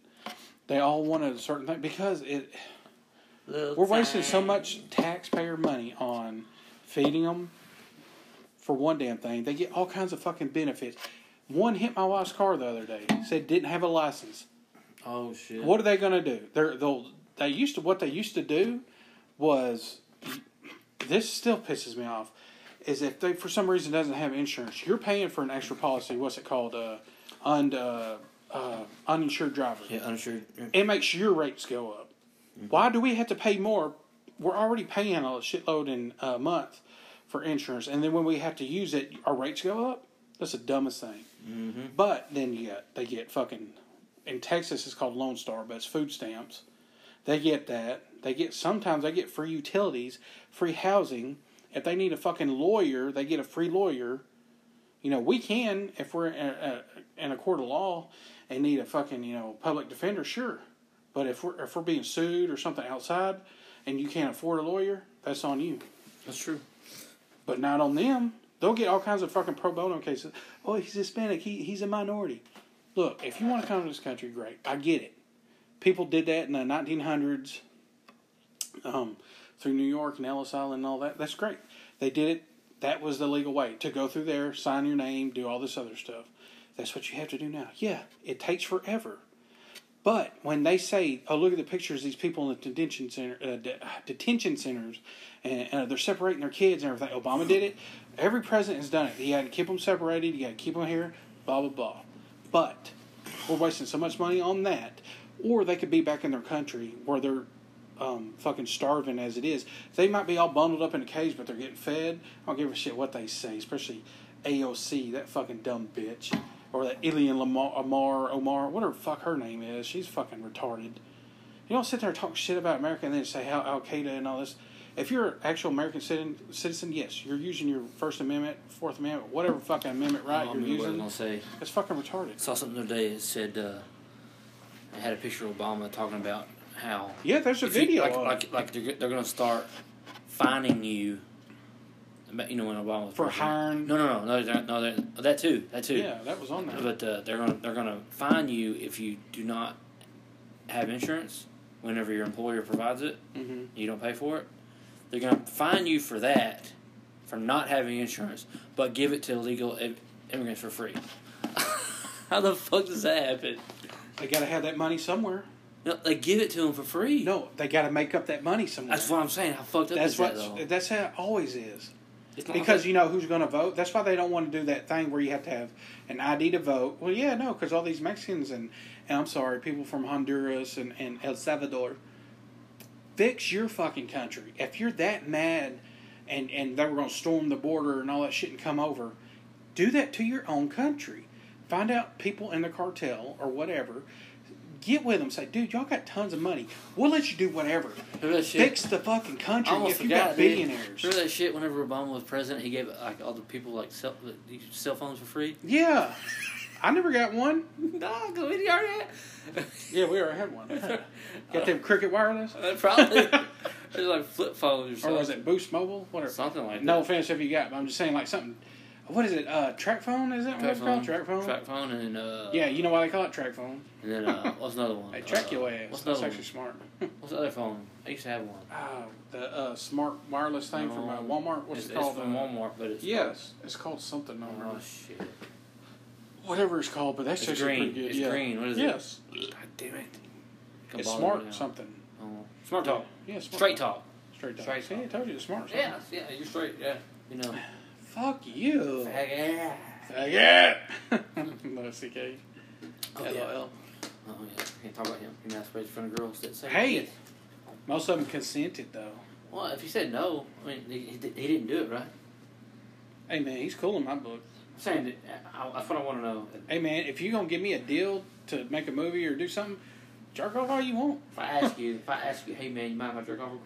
Speaker 2: They all want a certain thing because it. We're wasting so much taxpayer money on feeding them for one damn thing. They get all kinds of fucking benefits. One hit my wife's car the other day. Said didn't have a license.
Speaker 1: Oh shit.
Speaker 2: What are they gonna do? They're they'll they used to what they used to do was this still pisses me off is if they for some reason doesn't have insurance, you're paying for an extra policy. What's it called? Uh, un, uh, uh, uninsured driver
Speaker 1: Yeah, uninsured.
Speaker 2: it makes your rates go up. Why do we have to pay more? We're already paying a shitload in a month for insurance, and then when we have to use it, our rates go up. That's the dumbest thing. But then you get they get fucking in Texas it's called Lone Star, but it's food stamps. They get that. They get sometimes they get free utilities, free housing. If they need a fucking lawyer, they get a free lawyer. You know, we can if we're in a, in a court of law and need a fucking you know public defender, sure. But if we're if we're being sued or something outside, and you can't afford a lawyer, that's on you.
Speaker 1: That's true.
Speaker 2: But not on them. They'll get all kinds of fucking pro bono cases. Oh, he's Hispanic. He he's a minority. Look, if you want to come to this country, great. I get it. People did that in the 1900s, um, through New York and Ellis Island and all that. That's great. They did it. That was the legal way to go through there, sign your name, do all this other stuff. That's what you have to do now. Yeah, it takes forever. But when they say, "Oh, look at the pictures of these people in the detention center, uh, de- detention centers, and uh, they're separating their kids and everything," Obama did it. Every president has done it. You got to keep them separated. You got to keep them here. Blah blah blah. But we're wasting so much money on that. Or they could be back in their country where they're um, fucking starving as it is. They might be all bundled up in a cage, but they're getting fed. I don't give a shit what they say, especially AOC, that fucking dumb bitch, or that Ilian Lamar, Amar, Omar, whatever the fuck her name is. She's fucking retarded. You don't sit there and talk shit about America and then say how Al Qaeda and all this. If you're an actual American citizen, citizen, yes, you're using your First Amendment, Fourth Amendment, whatever fucking amendment right
Speaker 1: Oh, I
Speaker 2: you're
Speaker 1: remember what I was
Speaker 2: using.
Speaker 1: gonna say.
Speaker 2: That's fucking retarded.
Speaker 1: saw something the other day that said uh, it had a picture of Obama talking about how
Speaker 2: Yeah, there's a
Speaker 1: if you-
Speaker 2: video.
Speaker 1: like,
Speaker 2: of it.
Speaker 1: like like they're go- they're gonna start finding you. about- You know when Obama was
Speaker 2: For
Speaker 1: president.
Speaker 2: hiring-
Speaker 1: No, no, no, no, they're- no. they're- That too, that too.
Speaker 2: yeah, that was on there.
Speaker 1: But uh, they're gonna they're gonna fine you if you do not have insurance. Whenever your employer provides it,
Speaker 2: hmm
Speaker 1: you don't pay for it. They're gonna fine you for that, for not having insurance, but give it to illegal im- immigrants for free. [laughs] How the fuck does that happen?
Speaker 2: They got to have that money somewhere.
Speaker 1: No, they give it to them for free.
Speaker 2: No, they got to make up that money somewhere.
Speaker 1: that's what I'm saying. How fucked up
Speaker 2: That's
Speaker 1: is
Speaker 2: what.
Speaker 1: that though?
Speaker 2: That's how it always is.
Speaker 1: It's not
Speaker 2: Because
Speaker 1: like-
Speaker 2: you know who's going to vote. That's why they don't want to do that thing where you have to have an ID to vote. Well, yeah, no, because all these Mexicans and, and I'm sorry, people from Honduras and, and El Salvador, fix your fucking country. If you're that mad, and and they were going to storm the border and all that shit and come over, do that to your own country. Find out people in the cartel or whatever. Get with them. Say, dude, y'all got tons of money. We'll let you do whatever.
Speaker 1: Remember that shit?
Speaker 2: Fix the fucking
Speaker 1: I
Speaker 2: country
Speaker 1: almost
Speaker 2: if you
Speaker 1: forgot, dude.
Speaker 2: got billionaires.
Speaker 1: Remember that shit? Whenever Obama was president, he gave like all the people like cell, these cell phones for free. [laughs]
Speaker 2: Yeah. I never got one.
Speaker 1: nah, go in yard
Speaker 2: Yeah, we already had one. [laughs]
Speaker 1: [laughs]
Speaker 2: got them Cricket Wireless?
Speaker 1: Uh, Probably. [laughs] it was like flip phones or
Speaker 2: Or
Speaker 1: something.
Speaker 2: was it Boost Mobile? Whatever.
Speaker 1: Something like
Speaker 2: no
Speaker 1: that.
Speaker 2: offense if you got, but I'm just saying like something. What is it? Uh, track phone? Is that what it's called? Track phone?
Speaker 1: Track phone and uh,
Speaker 2: Yeah, you know why they call it track phone?
Speaker 1: And then uh, what's another
Speaker 2: [laughs]
Speaker 1: one?
Speaker 2: They track
Speaker 1: uh,
Speaker 2: your ass.
Speaker 1: What's
Speaker 2: That's
Speaker 1: another one?
Speaker 2: actually smart.
Speaker 1: What's the other phone? I used to have one.
Speaker 2: oh, the uh, smart wireless thing from uh,
Speaker 1: Um,
Speaker 2: Walmart. What's
Speaker 1: it's,
Speaker 2: it called?
Speaker 1: It's from
Speaker 2: Uh,
Speaker 1: Walmart, but it's
Speaker 2: Yes, it's called something. I don't
Speaker 1: Oh
Speaker 2: remember.
Speaker 1: shit!
Speaker 2: Whatever it's called, but that's
Speaker 1: It's
Speaker 2: just
Speaker 1: green.
Speaker 2: pretty good.
Speaker 1: It's
Speaker 2: yeah.
Speaker 1: green. What is it?
Speaker 2: yes.
Speaker 1: God damn it!
Speaker 2: It's
Speaker 1: Kabbalah
Speaker 2: smart
Speaker 1: now.
Speaker 2: something.
Speaker 1: Oh. Smart talk.
Speaker 2: Yeah, smart.
Speaker 1: Straight talk.
Speaker 2: Straight talk.
Speaker 1: Straight
Speaker 2: See,
Speaker 1: talk.
Speaker 2: I told you it's smart. something.
Speaker 1: Yeah, yeah, you're straight. Yeah, you
Speaker 2: [laughs]
Speaker 1: know.
Speaker 2: Fuck you.
Speaker 1: Heck yeah.
Speaker 2: [laughs] Yeah. no, CK.
Speaker 1: Oh, yeah.
Speaker 2: LOL.
Speaker 1: Oh, yeah. Can't talk about him. He masturbates in front of girls that say.
Speaker 2: Hey.
Speaker 1: yes.
Speaker 2: Most of them consented though.
Speaker 1: Well, if he said no, I mean, he, he, di- he didn't do it, right? I'm
Speaker 2: Hey man, he's cool in my book.
Speaker 1: saying that,
Speaker 2: uh,
Speaker 1: I, I- that's what I want to know.
Speaker 2: Hey man, if you gonna give me a deal to make a movie or do something, jerk off all you want. [laughs]
Speaker 1: If I ask you, if I ask you, hey man, you mind if I jerk off real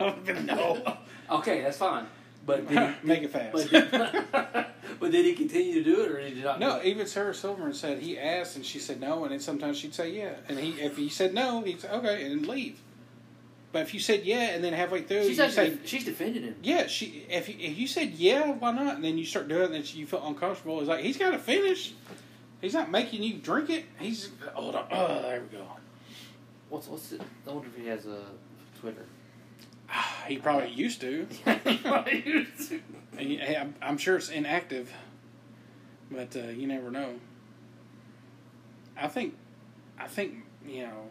Speaker 1: quick?
Speaker 2: no.
Speaker 1: Okay, that's fine. [laughs]
Speaker 2: [laughs]
Speaker 1: But did he,
Speaker 2: make it
Speaker 1: but, [laughs]
Speaker 2: fast.
Speaker 1: did, but did he continue to do it, or did he not?
Speaker 2: [laughs] no,
Speaker 1: do it?
Speaker 2: even Sarah Silverman said he asked and she said no, and then sometimes she'd say yeah, and he if he said no, he'd say okay and then leave. But if you said yeah and then halfway through
Speaker 1: she's
Speaker 2: you
Speaker 1: actually
Speaker 2: say
Speaker 1: she's defending him.
Speaker 2: yeah, she if you, if you said yeah, why not? And then you start doing it, and then you feel uncomfortable. It's like he's got to finish. He's not making you drink it. He's hold on. Oh, there we go.
Speaker 1: What's what's it? I wonder if he has a Twitter.
Speaker 2: [laughs] Ah, He probably used to. And he- I'm, I'm sure it's inactive, but uh, you never know. I think, I think you know.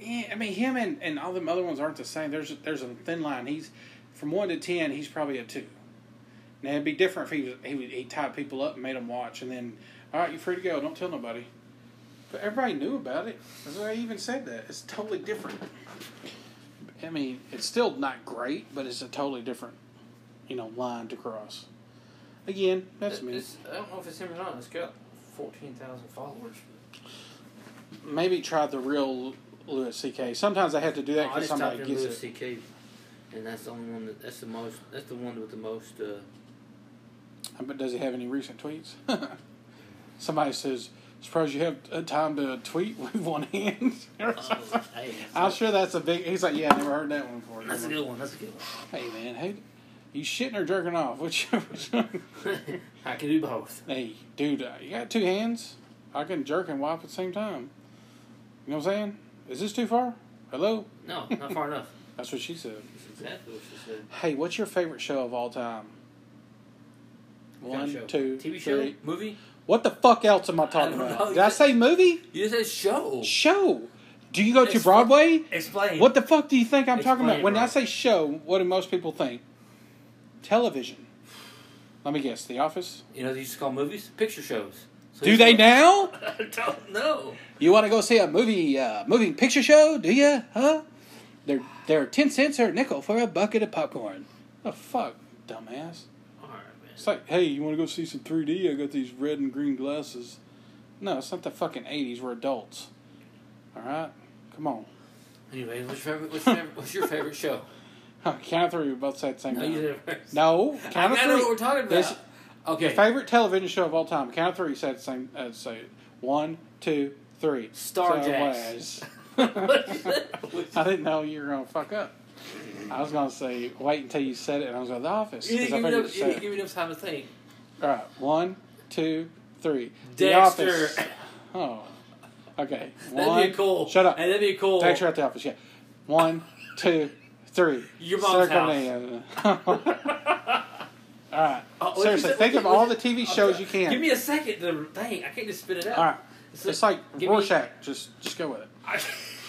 Speaker 2: Yeah, I mean him and, and all them other ones aren't the same. There's there's a thin line. He's from one to ten. He's probably a two. Now it'd be different if he was he would, he tied people up and made them watch, and then all right, you're free to go. Don't tell nobody. But everybody knew about it. That's why I even said that. It's totally different. I mean, it's still not great, but it's a totally different, you know, line to cross. Again, that's me.
Speaker 1: It's- I don't know if it's him or not. It's got fourteen thousand followers.
Speaker 2: Maybe try the real Louis C.K. Sometimes I have to do that
Speaker 1: Oh, I
Speaker 2: because
Speaker 1: just typed
Speaker 2: somebody
Speaker 1: in
Speaker 2: gets
Speaker 1: Louis
Speaker 2: it.
Speaker 1: C.K. and that's the only one that that's the most that's the one with the most. Uh, [laughs]
Speaker 2: But does he have any recent tweets? [laughs] somebody says, "Surprised you have uh, time to tweet with one [laughs] hand." or
Speaker 1: oh,
Speaker 2: something.
Speaker 1: hey,
Speaker 2: I'm sure that's a big. He's like, "Yeah, I never heard that one before."
Speaker 1: that's a good one. That's a good one.
Speaker 2: Hey man, hey, you shitting or jerking off? Whichever. one.
Speaker 1: [laughs] I can do both.
Speaker 2: hey, dude, uh, you got two hands. I can jerk and wipe at the same time. You know what I'm saying? Is this too far? Hello.
Speaker 1: No, not far enough.
Speaker 2: That's what she said.
Speaker 1: That's exactly what she said.
Speaker 2: Hey, what's your favorite show of all time?
Speaker 1: Kind of
Speaker 2: One,
Speaker 1: show.
Speaker 2: two,
Speaker 1: TV
Speaker 2: three.
Speaker 1: show, movie.
Speaker 2: What the fuck else am I talking
Speaker 1: I don't
Speaker 2: about?
Speaker 1: know.
Speaker 2: Did I say movie?
Speaker 1: You said show.
Speaker 2: Show. Do you go to
Speaker 1: It's-
Speaker 2: Broadway?
Speaker 1: Explain.
Speaker 2: What the fuck do you think I'm talking
Speaker 1: Explain,
Speaker 2: about? When
Speaker 1: bro.
Speaker 2: I say show, what do most people think? Television. Let me guess. The Office.
Speaker 1: You know, they used to call movies picture shows. So
Speaker 2: Do
Speaker 1: you-
Speaker 2: they now?
Speaker 1: [laughs] I don't know.
Speaker 2: You want to go see a movie, uh, moving picture show? Do you? Huh? They're they're ten cents or a nickel for a bucket of popcorn. The fuck, dumbass.
Speaker 1: All right, man.
Speaker 2: It's like, hey, you want to go see some 3D? I got these red and green glasses. No, it's not the fucking 80s. We're adults. All right? Come on. [laughs]
Speaker 1: Anyway, what's your favorite? What's your favorite, what's your favorite show?
Speaker 2: Count of three. We both said the same
Speaker 1: No,
Speaker 2: thing.
Speaker 1: you [laughs] did it first.
Speaker 2: No,
Speaker 1: I,
Speaker 2: count of
Speaker 1: I
Speaker 2: three.
Speaker 1: know what we're talking about.
Speaker 2: This-
Speaker 1: okay, [laughs]
Speaker 2: Favorite television show of all time. Count of three. Said the same. Uh, say it. one, two, three.
Speaker 1: Star
Speaker 2: Starjax.
Speaker 1: [laughs]
Speaker 2: [laughs] I didn't know you were gonna fuck up. I was gonna say wait until you said it, and I was gonna the
Speaker 1: [laughs]
Speaker 2: office.
Speaker 1: you didn't
Speaker 2: 'cause I
Speaker 1: give me
Speaker 2: figured
Speaker 1: enough.
Speaker 2: you
Speaker 1: You didn't
Speaker 2: said
Speaker 1: give me enough time
Speaker 2: it.
Speaker 1: to think.
Speaker 2: All right, one, two, three. The
Speaker 1: Dexter. [laughs]
Speaker 2: office. Oh, okay. One,
Speaker 1: That'd be cool.
Speaker 2: Shut up.
Speaker 1: Hey, that'd be cool. [laughs]
Speaker 2: Dexter at the office. Yeah. One, two, three.
Speaker 1: Your mom's
Speaker 2: house. all [laughs] right.
Speaker 1: Uh, what did
Speaker 2: Seriously,
Speaker 1: you say-
Speaker 2: think
Speaker 1: what
Speaker 2: of
Speaker 1: did-
Speaker 2: all
Speaker 1: what
Speaker 2: the
Speaker 1: did-
Speaker 2: TV
Speaker 1: I'm
Speaker 2: shows
Speaker 1: sorry.
Speaker 2: you can.
Speaker 1: Give me a second to think. I can't just spit it out.
Speaker 2: all right.
Speaker 1: So,
Speaker 2: It's like
Speaker 1: give me-
Speaker 2: Rorschach. Just, just go
Speaker 1: [laughs]
Speaker 2: with it.
Speaker 1: I,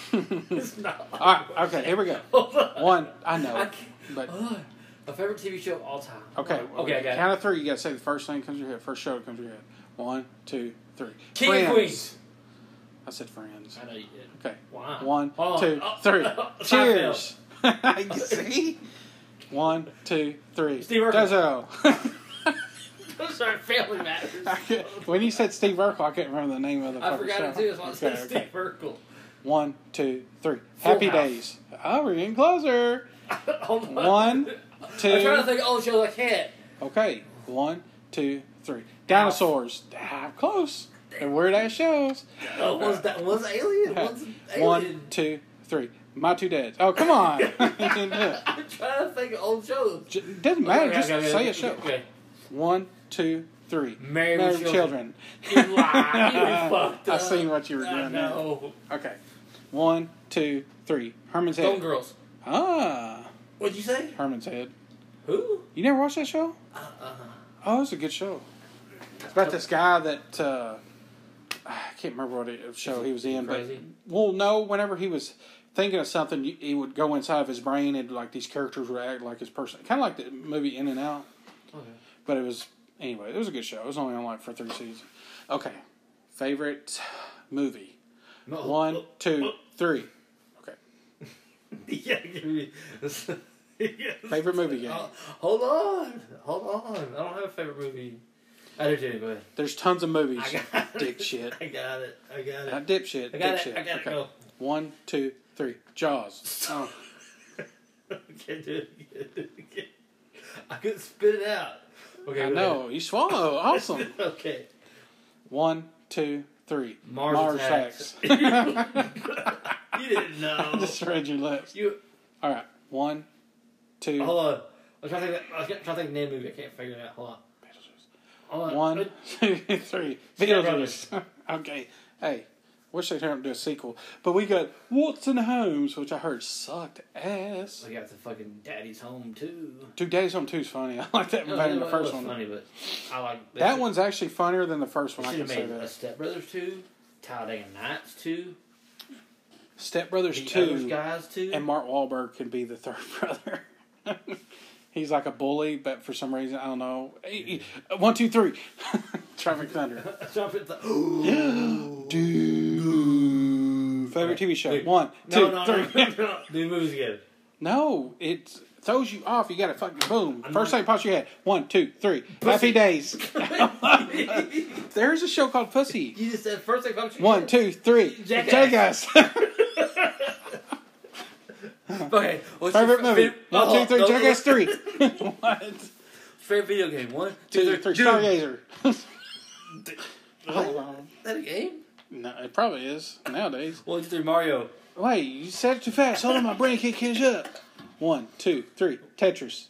Speaker 2: [laughs]
Speaker 1: it's not.
Speaker 2: All right. Okay. Here we go.
Speaker 1: Hold on.
Speaker 2: One. I know.
Speaker 1: I
Speaker 2: it,
Speaker 1: can't-
Speaker 2: but
Speaker 1: [laughs] Ugh. My favorite TV show of all time.
Speaker 2: Okay.
Speaker 1: Hold on. Oh. Okay, I got
Speaker 2: Count
Speaker 1: it.
Speaker 2: of three. You gotta say the first thing that comes to your head. First show that comes to your head. One, two, three.
Speaker 1: King and Queens.
Speaker 2: I said friends.
Speaker 1: I know you did.
Speaker 2: Okay.
Speaker 1: Wow.
Speaker 2: One,
Speaker 1: Hold on.
Speaker 2: two,
Speaker 1: Oh, [laughs]
Speaker 2: three.
Speaker 1: Seinfeld.
Speaker 2: Cheers. [laughs] you see? One, two, three.
Speaker 1: Steve Urkel.
Speaker 2: Urkel.
Speaker 1: Those are family matters.
Speaker 2: [laughs] I could- when you said Steve Urkel, I couldn't remember the name of the.
Speaker 1: I
Speaker 2: fucking
Speaker 1: forgot it
Speaker 2: show.
Speaker 1: too. That's why I said
Speaker 2: Okay,
Speaker 1: Steve
Speaker 2: okay.
Speaker 1: Urkel. [laughs]
Speaker 2: One, two, three.
Speaker 1: Full
Speaker 2: Happy
Speaker 1: House.
Speaker 2: days. Oh, we're getting closer.
Speaker 1: Hold on.
Speaker 2: One,
Speaker 1: Oh, [laughs] I'm trying to
Speaker 2: two.
Speaker 1: think. Oh, shows I can't.
Speaker 2: Okay. One, two, three. Dinosaurs. Ah, close. They're weird ass shows.
Speaker 1: Oh, one's that? One's alien. One's alien. [laughs]
Speaker 2: One, two, three. My two dads. Oh, come on. [laughs] You didn't do it.
Speaker 1: I'm trying to think of old shows.
Speaker 2: J- doesn't matter.
Speaker 1: Okay,
Speaker 2: Just
Speaker 1: okay,
Speaker 2: say
Speaker 1: okay,
Speaker 2: a show.
Speaker 1: [laughs] Okay.
Speaker 2: One, two, three.
Speaker 1: Married with
Speaker 2: children.
Speaker 1: Children. You [laughs] lied.
Speaker 2: [laughs]
Speaker 1: You fucked
Speaker 2: I
Speaker 1: up.
Speaker 2: seen what you were
Speaker 1: I
Speaker 2: doing. there.
Speaker 1: know.
Speaker 2: Okay. One, two, three. Herman's
Speaker 1: Golden
Speaker 2: head.
Speaker 1: Girls.
Speaker 2: Ah,
Speaker 1: What'd you say?
Speaker 2: Herman's head.
Speaker 1: Who?
Speaker 2: You never watched that show?
Speaker 1: Uh, uh,
Speaker 2: Oh, it's a good show. It's about this guy that uh, I can't remember what it- show he was in,
Speaker 1: Crazy?
Speaker 2: but well, no. Whenever he was thinking of something, you- he would go inside of his brain, and like these characters would act like his person, kind of like the movie In and Out.
Speaker 1: okay.
Speaker 2: But it was anyway. It was a good show. It was only on like for three seasons. Okay, favorite movie.
Speaker 1: No.
Speaker 2: One, two, three. Okay,
Speaker 1: yeah, give me. [laughs] Yes.
Speaker 2: favorite movie game.
Speaker 1: Oh, hold on, hold on. I don't have a favorite movie. I do too. Go ahead.
Speaker 2: There's tons of movies.
Speaker 1: I got it.
Speaker 2: Dick shit.
Speaker 1: I got it. I got it.
Speaker 2: Not dipshit.
Speaker 1: I got it.
Speaker 2: Uh, dipshit.
Speaker 1: I got it.
Speaker 2: okay.
Speaker 1: Go.
Speaker 2: One, two, three. Jaws.
Speaker 1: [laughs]
Speaker 2: Oh,
Speaker 1: Okay, do it again. Do it again. I couldn't spit it out. Okay,
Speaker 2: I
Speaker 1: go
Speaker 2: know. You swallow. Awesome.
Speaker 1: ahead. [laughs] Okay.
Speaker 2: One, two, three.
Speaker 1: Mars attacks.
Speaker 2: attacks.
Speaker 1: [laughs] You didn't know.
Speaker 2: [laughs] I [laughs] just read your lips.
Speaker 1: You
Speaker 2: All right. One, two.
Speaker 1: hold on. I'm trying to think. I'm trying to think of the name of the movie. I can't figure it out. Hold on. Hold on.
Speaker 2: One, [laughs] two, three.
Speaker 1: Step
Speaker 2: Beetlejuice. [laughs] okay. Hey, wish they'd hurry up and do a sequel. But we got Watson Holmes, which I heard sucked ass.
Speaker 1: We got the fucking Daddy's Home too.
Speaker 2: Two Days on Two's funny. [laughs] I like that better than the
Speaker 1: Oh, That
Speaker 2: first
Speaker 1: was
Speaker 2: one.
Speaker 1: funny, but I like
Speaker 2: That one's actually funnier than the first one. I
Speaker 1: Should
Speaker 2: can
Speaker 1: have
Speaker 2: say
Speaker 1: made a
Speaker 2: that.
Speaker 1: Step Brothers two, Talladega Nights two,
Speaker 2: Step Brothers
Speaker 1: the
Speaker 2: Two.
Speaker 1: Others guys two. [laughs]
Speaker 2: And Mark Wahlberg can be the third [laughs] brother. He's like a bully, but for some reason I don't know. Hey, hey, One, two, three. [laughs] Traffic Thunder.
Speaker 1: Jump at
Speaker 2: [gasps]
Speaker 1: the. Ooh.
Speaker 2: Dude. [gasps] Favorite TV
Speaker 1: [gasps]
Speaker 2: show.
Speaker 1: Dude.
Speaker 2: One, two,
Speaker 1: No, no,
Speaker 2: three.
Speaker 1: [laughs] no, no, no. Do movies
Speaker 2: [laughs]
Speaker 1: again. [laughs]
Speaker 2: No, it throws you off. You got to fucking boom.
Speaker 1: I'm
Speaker 2: First
Speaker 1: not-
Speaker 2: thing pops your head. One, two, three. Happy days. There's a show called Pussy.
Speaker 1: You just said first thing comes to your
Speaker 2: One,
Speaker 1: head.
Speaker 2: two, three.
Speaker 1: Jackass.
Speaker 2: Jackass. [laughs]
Speaker 1: Okay. What's your
Speaker 2: Favorite
Speaker 1: fa-
Speaker 2: movie.
Speaker 1: fa-
Speaker 2: One, two, three.
Speaker 1: Oh,
Speaker 2: Jackass
Speaker 1: oh,
Speaker 2: three. [laughs] What?
Speaker 1: Favorite video game. One,
Speaker 2: Two, three.
Speaker 1: Dude,
Speaker 2: Stargazer. Hold on.
Speaker 1: Is that a game?
Speaker 2: [laughs] No, it probably is nowadays.
Speaker 1: One, two, three. Mario.
Speaker 2: Wait, you said it too fast. Hold on, my brain can't catch up. One, two, three. Tetris.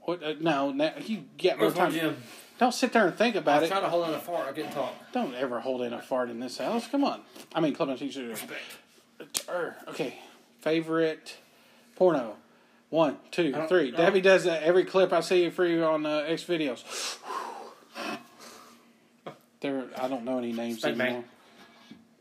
Speaker 2: What? Uh, no, now you get more
Speaker 1: Earth Time
Speaker 2: time.
Speaker 1: Jim.
Speaker 2: Don't sit there and think
Speaker 1: I
Speaker 2: about
Speaker 1: was
Speaker 2: it.
Speaker 1: trying to hold on a fart. I couldn't talk.
Speaker 2: Don't ever hold in a fart in this house. Come on. I mean, club and teacher. Er, Okay. Favorite porno. One, two,
Speaker 1: don't-
Speaker 2: three.
Speaker 1: I don't-
Speaker 2: Debbie does that every clip I see for you on uh, X videos. there, I don't know any names
Speaker 1: Spank
Speaker 2: anymore.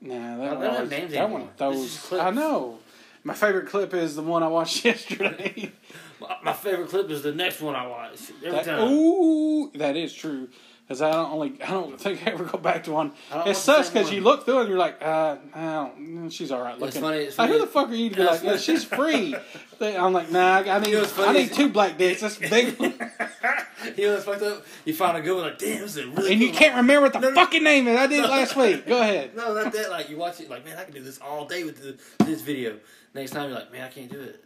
Speaker 2: Nah, that
Speaker 1: don't
Speaker 2: one.
Speaker 1: know
Speaker 2: always-
Speaker 1: names
Speaker 2: that
Speaker 1: anymore.
Speaker 2: one.
Speaker 1: This is
Speaker 2: Those.
Speaker 1: clips.
Speaker 2: I know. My favorite clip is the one I watched [laughs] yesterday.
Speaker 1: My, my favorite clip is the next one I watch every
Speaker 2: That-
Speaker 1: time.
Speaker 2: ooh, that is true. Because I don't only, I don't think I ever go back to one.
Speaker 1: I don't
Speaker 2: It
Speaker 1: want the
Speaker 2: sucks
Speaker 1: same
Speaker 2: because you
Speaker 1: one.
Speaker 2: look through it and you're like, uh, I don't, mm, she's all right looking.
Speaker 1: It's funny- it's
Speaker 2: Like, who
Speaker 1: funny-
Speaker 2: the fuck are you to be like,
Speaker 1: funny. [laughs]
Speaker 2: "No, she's free? They- I'm like, nah, I I need,
Speaker 1: know what's
Speaker 2: I
Speaker 1: funny
Speaker 2: need
Speaker 1: is- [laughs]
Speaker 2: two black dicks. That's big.
Speaker 3: You know, it's fucked up. You find a good one, like, damn, this is a really
Speaker 2: And you
Speaker 3: cool
Speaker 2: can't remember what the
Speaker 3: No, no.
Speaker 2: fucking name is. I did last week. Go ahead.
Speaker 3: No, not that. Like you watch it, like man, I can do this all day with the, this video. Next time you're like, man, I can't do
Speaker 1: [laughs]
Speaker 3: it.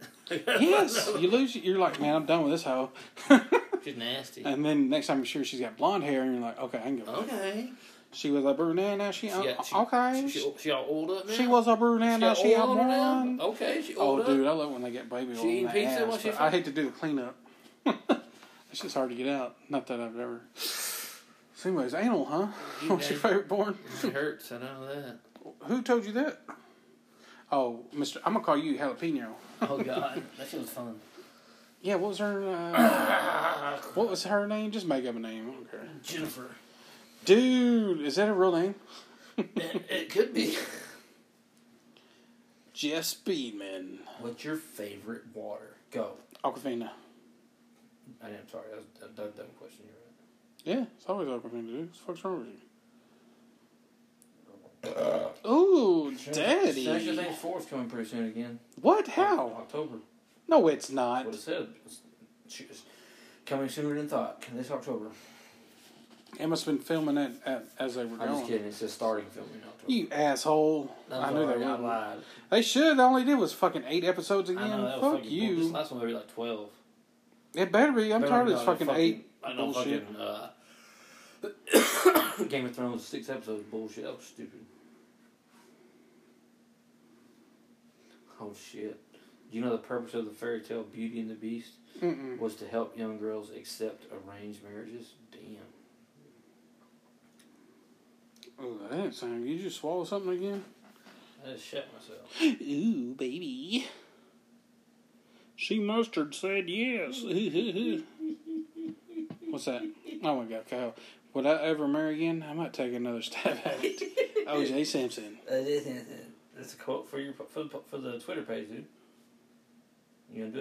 Speaker 2: Yes, you lose. it. You're like, man, I'm done with this hoe. [laughs]
Speaker 1: She's nasty.
Speaker 2: and then next time, you're sure she's got blonde hair, and you're like, okay, I can go.
Speaker 3: okay.
Speaker 2: She was a brunette. Now she,
Speaker 1: Oh.
Speaker 2: uh,
Speaker 1: Yeah, she-
Speaker 2: okay.
Speaker 1: She, she all old up now.
Speaker 2: She was a brunette. Now
Speaker 1: got old
Speaker 2: she out
Speaker 1: on her now?
Speaker 2: blonde.
Speaker 1: Okay, she old
Speaker 2: Oh,
Speaker 1: up.
Speaker 2: dude, I love when they get baby oil in
Speaker 1: eating
Speaker 2: that
Speaker 1: pizza
Speaker 2: ass,
Speaker 1: while she's
Speaker 2: but I hate to do the cleanup. [laughs] it's just hard to get out. Not that I've ever. So, anyways, anal, huh?
Speaker 1: You
Speaker 2: [laughs] What's your
Speaker 1: bet.
Speaker 2: favorite porn?
Speaker 1: It hurts. I know that.
Speaker 2: Who told you that? Oh, Mister, I'm gonna call you Jalapeno.
Speaker 1: Oh
Speaker 2: [laughs]
Speaker 1: God, that shit was fun. Ah,
Speaker 2: Yeah, what was her? Uh, [coughs] what was her name? Just make up a name. I don't care.
Speaker 1: Jennifer.
Speaker 2: Dude, is that a real name?
Speaker 1: It, it could be.
Speaker 2: Jess Speedman,
Speaker 1: What's your favorite water? Go.
Speaker 2: Aquafina.
Speaker 1: I am sorry. That was a dumb, dumb question. You're
Speaker 2: Yeah, it's always Aquafina, dude. What the fuck's wrong with
Speaker 1: [coughs]
Speaker 2: you? Ooh,
Speaker 1: Stranger
Speaker 2: daddy.
Speaker 1: Things four's coming pretty soon again.
Speaker 2: What? How?
Speaker 1: October.
Speaker 2: No, it's
Speaker 1: That's
Speaker 2: not.
Speaker 1: what it said. It's, it's coming sooner than thought. This October.
Speaker 2: They must have been filming it at, as they were
Speaker 1: I'm just
Speaker 2: going.
Speaker 1: kidding. It's just starting filming in October.
Speaker 2: You asshole!
Speaker 1: I'm
Speaker 2: I knew
Speaker 1: sorry,
Speaker 2: they
Speaker 1: I
Speaker 2: were.
Speaker 1: lied.
Speaker 2: They should. All they did was fucking eight episodes
Speaker 1: I
Speaker 2: again.
Speaker 1: know that was
Speaker 2: Fuck
Speaker 1: fucking bull- This
Speaker 2: you.
Speaker 1: last one was like twelve.
Speaker 2: It better be. I'm
Speaker 1: Better
Speaker 2: tired of
Speaker 1: than
Speaker 2: this
Speaker 1: the
Speaker 2: fucking eight.
Speaker 1: I know
Speaker 2: bullshit.
Speaker 1: fucking uh, [coughs] Game of Thrones six episodes of bullshit. That was stupid. Oh shit! You know the purpose of the fairy tale Beauty and the Beast
Speaker 2: Mm-mm.
Speaker 1: was to help young girls accept arranged marriages. Damn.
Speaker 2: Ooh, that didn't sound. You just swallow something
Speaker 1: [gasps]
Speaker 2: again?
Speaker 1: I just shut myself.
Speaker 2: [laughs] Ooh, baby. She mustard said yes. [laughs] What's that? Oh my God, Kyle. Would I ever marry again? I might take another stab at it. OJ Simpson.
Speaker 1: Uh, That's a quote for your for, the- for the Twitter page, dude. You gonna do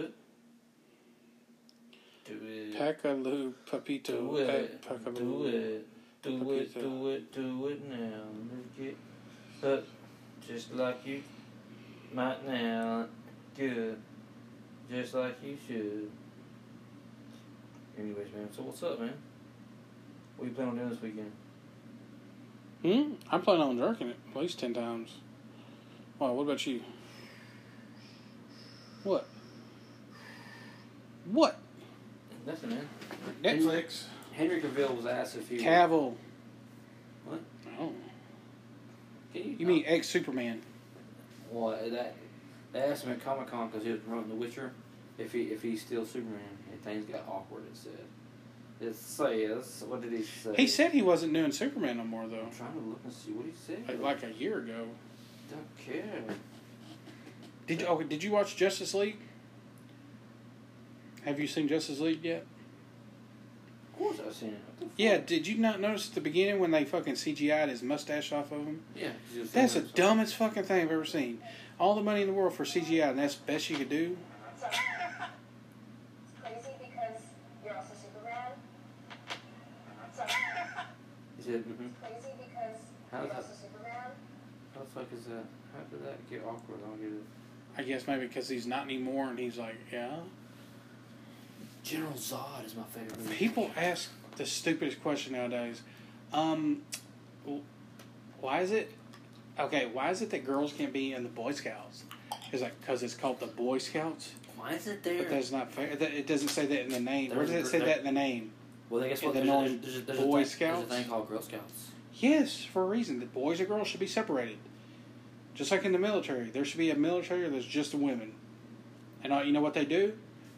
Speaker 1: it? Do it.
Speaker 2: Pacalu Papito.
Speaker 1: Do
Speaker 2: eh,
Speaker 1: it.
Speaker 2: Pacaloo.
Speaker 1: Do it. Do it.
Speaker 2: Papito.
Speaker 1: Do it. Do it now. Make it look just like you might now. Good. Just like you should. Anyways, man. So what's up, man? What you plan on doing this weekend?
Speaker 2: Hmm? I'm planning on jerking it at least 10 times. Wow, what about you? What? What?
Speaker 1: Nothing, man.
Speaker 2: Netflix.
Speaker 1: Henry Cavill was asked if he.
Speaker 2: Cavill.
Speaker 1: What?
Speaker 2: Oh.
Speaker 1: Can you,
Speaker 2: You mean ex Superman?
Speaker 1: Well, that they asked him at Comic Con because he was running The Witcher if he if he's still Superman. And things got awkward. It said. It says what did he say?
Speaker 2: He said he wasn't doing Superman no more, though.
Speaker 1: I'm trying to look and see what he said.
Speaker 2: Like, like a year ago.
Speaker 1: don't care.
Speaker 2: Did you, oh, did you watch Justice League? Have you seen Justice League yet?
Speaker 1: Of course I've seen it. What the fuck?
Speaker 2: Yeah, did you not notice at the beginning when they fucking CGI'd his mustache off of him?
Speaker 1: Yeah. 'cause he was
Speaker 2: That's the
Speaker 1: filming it.
Speaker 2: dumbest fucking thing I've ever seen. All the money in the world for CGI, and that's the best you could do.
Speaker 4: So [laughs] it's crazy because you're also Superman. So it's
Speaker 1: He said, mm-hmm.
Speaker 4: crazy because
Speaker 1: How
Speaker 4: you're
Speaker 1: the-
Speaker 4: also Superman.
Speaker 1: "How the fuck is that? How did that get awkward? I don't get it."
Speaker 2: I guess maybe because he's not anymore, and he's like, yeah.
Speaker 1: General Zod is my favorite. movie.
Speaker 2: People ask the stupidest question nowadays. Um, w- why is it? Okay, why is it that girls can't be in the Boy Scouts? It's like because it's called the Boy Scouts,
Speaker 1: Why is it there?
Speaker 2: but that's not fair. That- It doesn't say that in the name. Where does it say that in the name?
Speaker 1: well, I guess
Speaker 2: and
Speaker 1: what?
Speaker 2: the
Speaker 1: There's,
Speaker 2: known
Speaker 1: a- there's, a- there's, a
Speaker 2: Boy
Speaker 1: thing-
Speaker 2: Scouts?
Speaker 1: There's a thing called Girl Scouts.
Speaker 2: Yes, for a reason. The boys and girls should be separated. Just like in the military, there should be a military that's just the women. And all, you know what they do?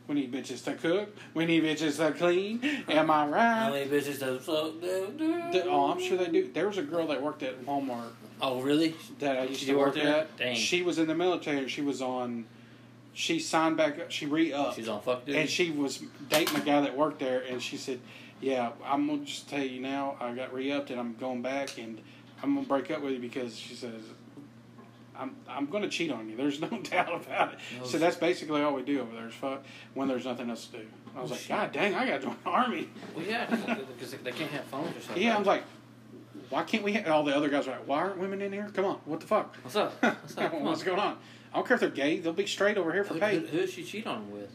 Speaker 2: We need bitches to cook. We need bitches to clean. Am I
Speaker 1: How
Speaker 2: right?
Speaker 1: many bitches does fuck do?
Speaker 2: Uh, The- oh, I'm sure they do. There was a girl that worked at Walmart
Speaker 1: Oh, really?
Speaker 2: that I used
Speaker 1: She
Speaker 2: to work
Speaker 1: worked there?
Speaker 2: at.
Speaker 1: Dang.
Speaker 2: She was in the military. She was on. She signed back up. She re upped.
Speaker 1: She's on fuck dude.
Speaker 2: And she was dating a guy that worked there, and she said, "Yeah, I'm gonna just tell you now. I got re-upped, and I'm going back, and I'm gonna break up with you because she says." I'm, I'm gonna cheat on you. There's no [laughs] doubt about it.
Speaker 1: No
Speaker 2: so
Speaker 1: shit.
Speaker 2: that's basically all we do over there is fuck when there's nothing else to do. I was
Speaker 1: Oh,
Speaker 2: like,
Speaker 1: shit.
Speaker 2: God dang, I gotta join the army.
Speaker 1: Well, yeah, because they can't have phones or something.
Speaker 2: Yeah, I was like, why can't we? Ha-? All the other guys were like, why aren't women in here? Come on, what the fuck? [laughs]
Speaker 1: what's up? What's up? Come
Speaker 2: What's
Speaker 1: on.
Speaker 2: going on? I don't care if they're gay. They'll be straight over here for
Speaker 1: Who,
Speaker 2: pay.
Speaker 1: who, who does she cheat on with?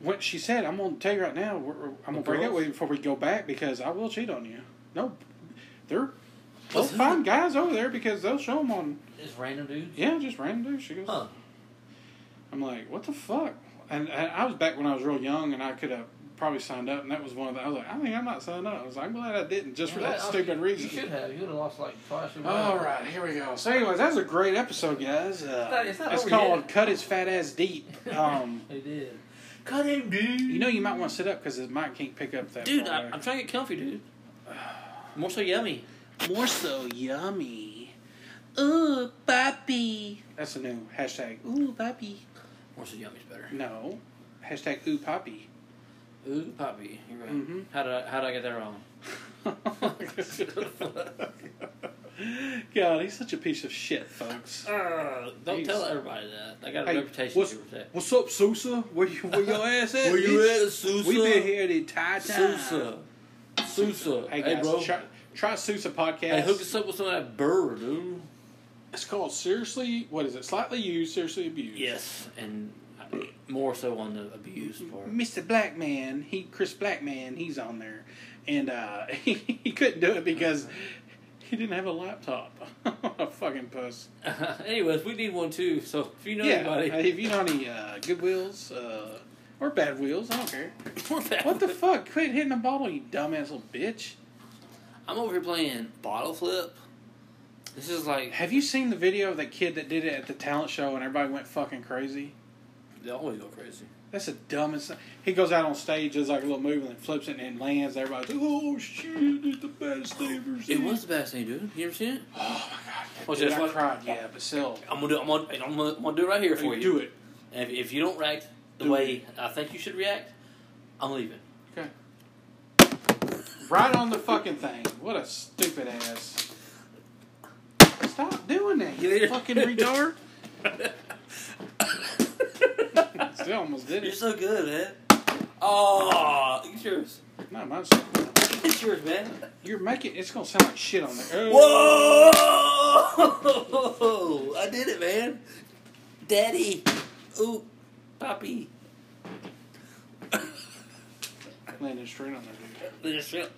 Speaker 2: what she said, I'm gonna tell you right now. We're, we're- I'm gonna break up
Speaker 3: girls?
Speaker 2: with you before we go back because I will cheat on you. No, they're they'll
Speaker 3: What's-
Speaker 2: find guys over there because they'll show them on.
Speaker 3: Just random dudes?
Speaker 2: Yeah, just random dude. She goes,
Speaker 3: Huh.
Speaker 2: I'm like, what the fuck? And, and I was back when I was real young, and I could have probably signed up. And that was one of the. I was like, I think I'm not signed up. I was like, I'm glad I didn't just for
Speaker 3: Yeah,
Speaker 2: that
Speaker 3: I mean,
Speaker 2: stupid
Speaker 3: You should
Speaker 2: reason.
Speaker 3: have. You would have lost like twice your
Speaker 2: All
Speaker 3: money.
Speaker 2: right, here we go. So, anyways, that was a great episode, guys. Uh, it's
Speaker 3: not- it's not over
Speaker 2: called
Speaker 3: yet.
Speaker 2: "Cut His Fat Ass
Speaker 3: [laughs]
Speaker 2: Deep." Um,
Speaker 3: They did. Cut him, dude.
Speaker 2: you know, you might want to sit up because his mic can't pick up that.
Speaker 1: Dude,
Speaker 2: far
Speaker 1: I,
Speaker 2: back.
Speaker 1: I'm trying to get comfy, dude. More so yummy.
Speaker 2: More so yummy. Ooh, Poppy. That's a new hashtag. Ooh, Poppy.
Speaker 1: More so yummy's better.
Speaker 2: No. Hashtag Ooh, [laughs] Poppy.
Speaker 1: Ooh, poppy. You're right.
Speaker 2: Mhm.
Speaker 1: How did I, how did I get that wrong?
Speaker 2: God, he's such a piece of shit, folks.
Speaker 1: Uh, don't
Speaker 2: Jeez.
Speaker 1: tell everybody that. I got a
Speaker 2: Hey,
Speaker 1: reputation
Speaker 2: what's,
Speaker 1: to protect.
Speaker 2: what's up, Sousa? Where you where your ass at? bitch?
Speaker 1: Sousa?
Speaker 2: We been here the entire time.
Speaker 1: Sousa. Sousa.
Speaker 2: Hey,
Speaker 1: Hey,
Speaker 2: guys,
Speaker 1: bro.
Speaker 2: try, try Sousa podcast.
Speaker 1: Hey, hook us up with some of that burr, dude.
Speaker 2: It's called seriously. What is it? Slightly used, seriously abused.
Speaker 1: Yes, and more so on the abuse part. [laughs]
Speaker 2: Mr. Blackman, he Chris Blackman, he's on there, and uh, [laughs] he, couldn't do it because he didn't have a laptop. [laughs] a fucking puss.
Speaker 1: Anyways, we need one too. So if you know
Speaker 2: yeah,
Speaker 1: anybody,
Speaker 2: uh, if you know any uh, good wheels uh, or bad wheels, I don't care.
Speaker 1: [laughs] we're back. [laughs]
Speaker 2: What the fuck? Quit hitting the bottle, you dumbass little bitch.
Speaker 1: I'm over here playing bottle flip. This is like
Speaker 2: Have you seen the video of that kid that did it at the talent show and everybody went fucking crazy?
Speaker 1: they always go crazy.
Speaker 2: That's the dumbest. thing. He goes out on stage, does like a little move, and then flips it and lands. Everybody's like, "Oh shit! It's the best thing I've ever
Speaker 1: It
Speaker 2: seen."
Speaker 1: was the best thing, dude. You ever seen it?
Speaker 2: Oh my god!
Speaker 1: Was
Speaker 2: Dude,
Speaker 1: it
Speaker 2: I
Speaker 1: fun?
Speaker 2: cried. Yeah, but still,
Speaker 1: I'm gonna do. I'm gonna. I'm gonna, I'm gonna do it right here for you.
Speaker 2: do it.
Speaker 1: And if, if you don't react the
Speaker 2: Do
Speaker 1: way I think you should react, I'm
Speaker 2: [laughs]
Speaker 1: leaving.
Speaker 2: Okay. Right on the fucking thing. What a stupid ass. Stop doing that, you
Speaker 1: You're-
Speaker 2: fucking
Speaker 1: [laughs]
Speaker 2: retard. Still almost did
Speaker 1: You're
Speaker 2: it.
Speaker 1: so good, man. Oh, it's yours.
Speaker 2: No, mine's.
Speaker 1: It's yours, man.
Speaker 2: You're making. It's gonna sound like shit on oh, there.
Speaker 1: Whoa! [laughs] I did it, man. Daddy. Ooh, Poppy.
Speaker 2: Landed straight on there. dude.
Speaker 1: This shit.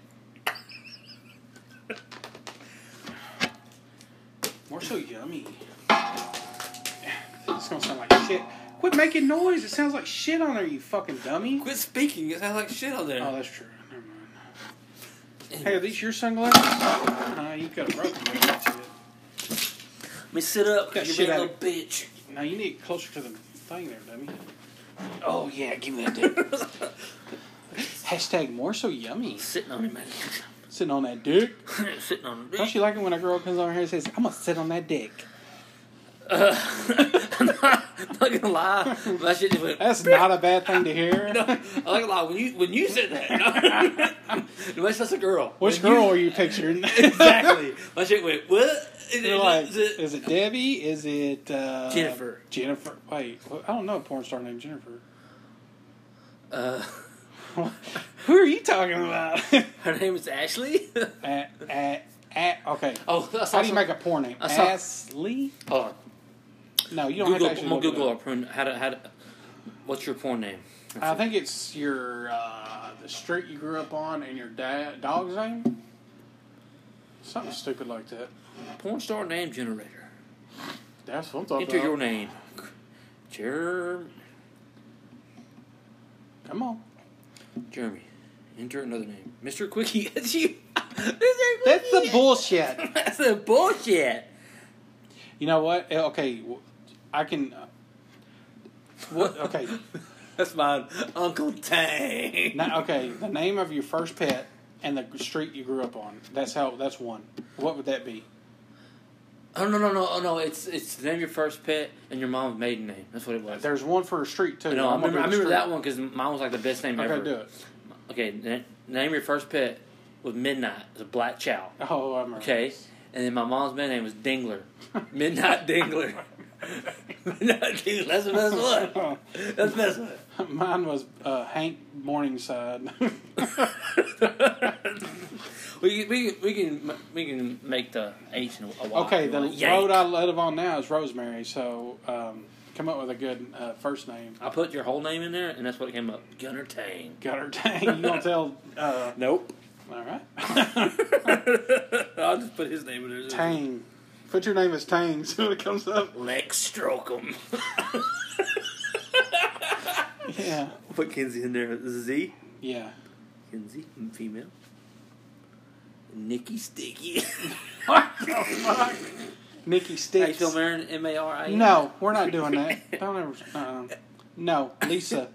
Speaker 2: More so yummy. It's gonna sound like shit. Quit making noise. It sounds like shit on there, you fucking dummy.
Speaker 1: Quit speaking. It sounds like shit out there.
Speaker 2: Oh, that's true. Never mind. Hey, are these your sunglasses? Nah, you could have broken them. That's it.
Speaker 1: Let me sit up.
Speaker 2: Got
Speaker 1: You
Speaker 2: shit
Speaker 1: big
Speaker 2: out
Speaker 1: little
Speaker 2: of-
Speaker 1: bitch.
Speaker 2: Now you need closer to the thing there, dummy.
Speaker 1: Oh yeah, give me that dick. [laughs]
Speaker 2: Hashtag more so yummy.
Speaker 1: Sitting on it, man. [laughs]
Speaker 2: Sitting on that dick.
Speaker 1: Sitting on it.
Speaker 2: Don't you like it when a girl comes over here and says, I'm gonna sit on that dick?
Speaker 1: [laughs] I'm not, gonna lie. That shit just went. [laughs]
Speaker 2: That's not a bad thing to hear.
Speaker 1: No, I'm not gonna lie. When you when you said that, [laughs] unless that's a girl.
Speaker 2: Which
Speaker 1: When you-
Speaker 2: girl are
Speaker 1: [laughs]
Speaker 2: you picturing?
Speaker 1: exactly. My shit went. What? And
Speaker 2: You're
Speaker 1: it-
Speaker 2: like,
Speaker 1: is it-
Speaker 2: is it Debbie? Is it uh,
Speaker 1: Jennifer.
Speaker 2: Jennifer. Wait, wh- I don't know a porn star named Jennifer. [laughs]
Speaker 1: uh,
Speaker 2: Who are you talking about? [laughs]
Speaker 1: her name is Ashley.
Speaker 2: at, at, at, okay.
Speaker 1: [laughs] oh, I saw
Speaker 2: How do you
Speaker 1: some-
Speaker 2: make a porn name?
Speaker 1: I saw-
Speaker 2: Ashley?
Speaker 1: Hold on.
Speaker 2: No, you don't
Speaker 1: Google.
Speaker 2: have to
Speaker 1: I'm
Speaker 2: actually
Speaker 1: gonna
Speaker 2: look it
Speaker 1: Google
Speaker 2: up.
Speaker 1: our porn. How to how to. What's your porn name?
Speaker 2: I think it's your uh, the street you grew up on and your dad dog's name. Something stupid like that.
Speaker 1: Porn star name generator.
Speaker 2: That's what I'm talking
Speaker 1: Enter
Speaker 2: about.
Speaker 1: your name. Jer-
Speaker 2: Come on.
Speaker 1: Jeremy. Enter another name. Mr. Quickie. [laughs] That's you. Mr. Quickie.
Speaker 2: That's the
Speaker 1: [laughs]
Speaker 2: bullshit.
Speaker 1: That's the bullshit.
Speaker 2: You know what? Eh, Okay, w- I can. uh, What? Okay,
Speaker 1: [laughs] That's my Uncle Tang.
Speaker 2: now, okay. The name of your first pet and the street you grew up on. That's how. That's one. What would that be?
Speaker 1: Oh no no no oh, no! It's it's the name of your first pet and your mom's maiden name. That's what it was.
Speaker 2: There's one for a street too.
Speaker 1: no, I
Speaker 2: I'm gonna
Speaker 1: remember, I
Speaker 2: do the
Speaker 1: remember
Speaker 2: street.
Speaker 1: that one because mine was like the best name
Speaker 2: Okay,
Speaker 1: ever.
Speaker 2: do it.
Speaker 1: Okay, na- name of your first pet was Midnight. It was a black chow.
Speaker 2: Oh, I remember.
Speaker 1: Okay, and then my mom's maiden name was Dingler. Midnight
Speaker 2: [laughs]
Speaker 1: Dingler. Midnight Dingler. That's the best one. That's the best one.
Speaker 2: [laughs] Mine was uh, Hank
Speaker 1: [laughs]
Speaker 2: Morningside.
Speaker 1: We, can- we, can- we can we can make the H and a Y.
Speaker 2: Okay, the
Speaker 1: Yank.
Speaker 2: road I live on now is Rosemary, so um, Come up with a good uh, first name.
Speaker 1: I put your whole name in there, and that's what came up. Gunner Tang.
Speaker 2: Gutter Tang. You gonna tell? Uh,
Speaker 1: Nope.
Speaker 2: all right.
Speaker 1: [laughs] I'll just put his name in there.
Speaker 2: Tang. Put your name as Tang. [laughs] See what it comes up.
Speaker 1: Lex Strokum.
Speaker 2: Yeah.
Speaker 1: [laughs] put Kinsey in there. Z.
Speaker 2: Yeah.
Speaker 1: Kinsey, female. Nikki
Speaker 2: [laughs]
Speaker 1: Sticky.
Speaker 2: Nikki
Speaker 1: How you
Speaker 2: Sticks.
Speaker 1: spell Marin? M A R I N.
Speaker 2: No, we're not doing that. Don't ever. Uh, no, Lisa.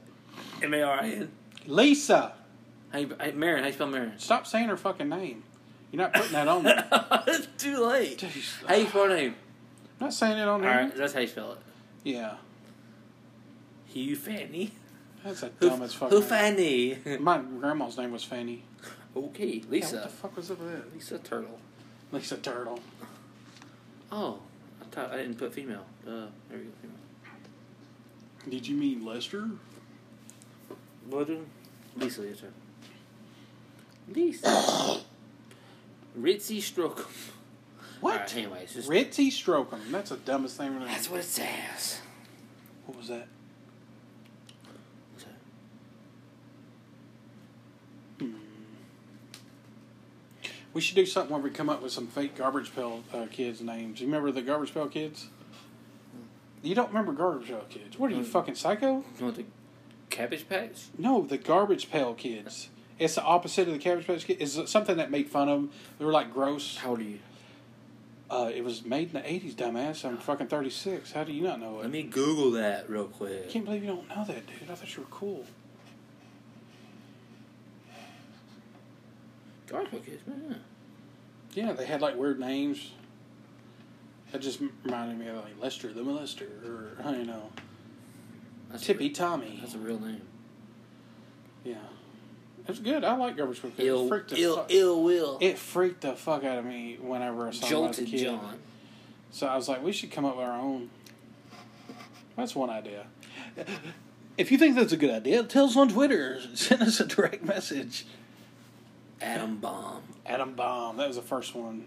Speaker 1: M A R I N.
Speaker 2: Lisa.
Speaker 1: How you hey, Marin? How you spell Marin?
Speaker 2: Stop saying her fucking name. You're not putting that
Speaker 1: [laughs]
Speaker 2: on there.
Speaker 1: it's too late.
Speaker 2: Jeez.
Speaker 1: How you spell her name?
Speaker 2: I'm not saying it on
Speaker 1: All
Speaker 2: there.
Speaker 1: right, that's how you spell it.
Speaker 2: Yeah.
Speaker 1: Hugh Fanny.
Speaker 2: That's a
Speaker 1: Who,
Speaker 2: dumb as fuck.
Speaker 1: who
Speaker 2: name.
Speaker 1: Fanny?
Speaker 2: My grandma's name was Fanny.
Speaker 1: [laughs] okay,
Speaker 2: Yeah, what
Speaker 1: Lisa.
Speaker 2: the fuck was up with that?
Speaker 1: Lisa Turtle.
Speaker 2: Lisa Turtle.
Speaker 1: Oh, I thought I didn't put female. Uh, there we go. Female.
Speaker 2: Did you mean Lester?
Speaker 1: What do? Lisa, your turn. Lisa. [coughs] Ritzy Stroke.
Speaker 2: What?
Speaker 1: Alright, anyways, just
Speaker 2: Ritzy Strokum. That's the dumbest name. I've
Speaker 1: that's
Speaker 2: ever-
Speaker 1: what it says.
Speaker 2: What was that?
Speaker 1: So,
Speaker 2: We should do something where we come up with some fake garbage pail uh, kids' names. You remember the garbage pail kids? You don't remember garbage pail kids? What are you
Speaker 1: Mm.
Speaker 2: fucking psycho?
Speaker 1: you want the Cabbage Patch?
Speaker 2: No, the garbage pail kids. It's the opposite of the cabbage patch kids. It's something that made fun of them. They were like gross.
Speaker 1: How old are you?
Speaker 2: Uh, it was made in the '80s, dumbass. I'm fucking 36. How do you not know it?
Speaker 1: Let me Google that real
Speaker 2: I
Speaker 1: quick.
Speaker 2: can't believe you don't know that, dude. I thought you were cool.
Speaker 1: Garbage Patch Kids, man.
Speaker 2: Yeah, they had like weird names. That just m- reminded me of like Lester the Molester, or I don't know,
Speaker 1: That's a
Speaker 2: Tippy
Speaker 1: real-
Speaker 2: Tommy.
Speaker 1: That's a real name.
Speaker 2: Yeah, it's good. I like garbage pail kids.
Speaker 1: Ill,
Speaker 2: Freaked the
Speaker 1: ill,
Speaker 2: fuck-
Speaker 1: ill will.
Speaker 2: It freaked the fuck out of me whenever I saw it as a
Speaker 1: Jolted
Speaker 2: kid.
Speaker 1: John.
Speaker 2: So I was like, we should come up with our own. That's one idea. [laughs] If you think that's a good idea, tell us on Twitter. [laughs] Send us a direct message.
Speaker 1: Adam Bomb.
Speaker 2: Adam Bomb. That was the first one.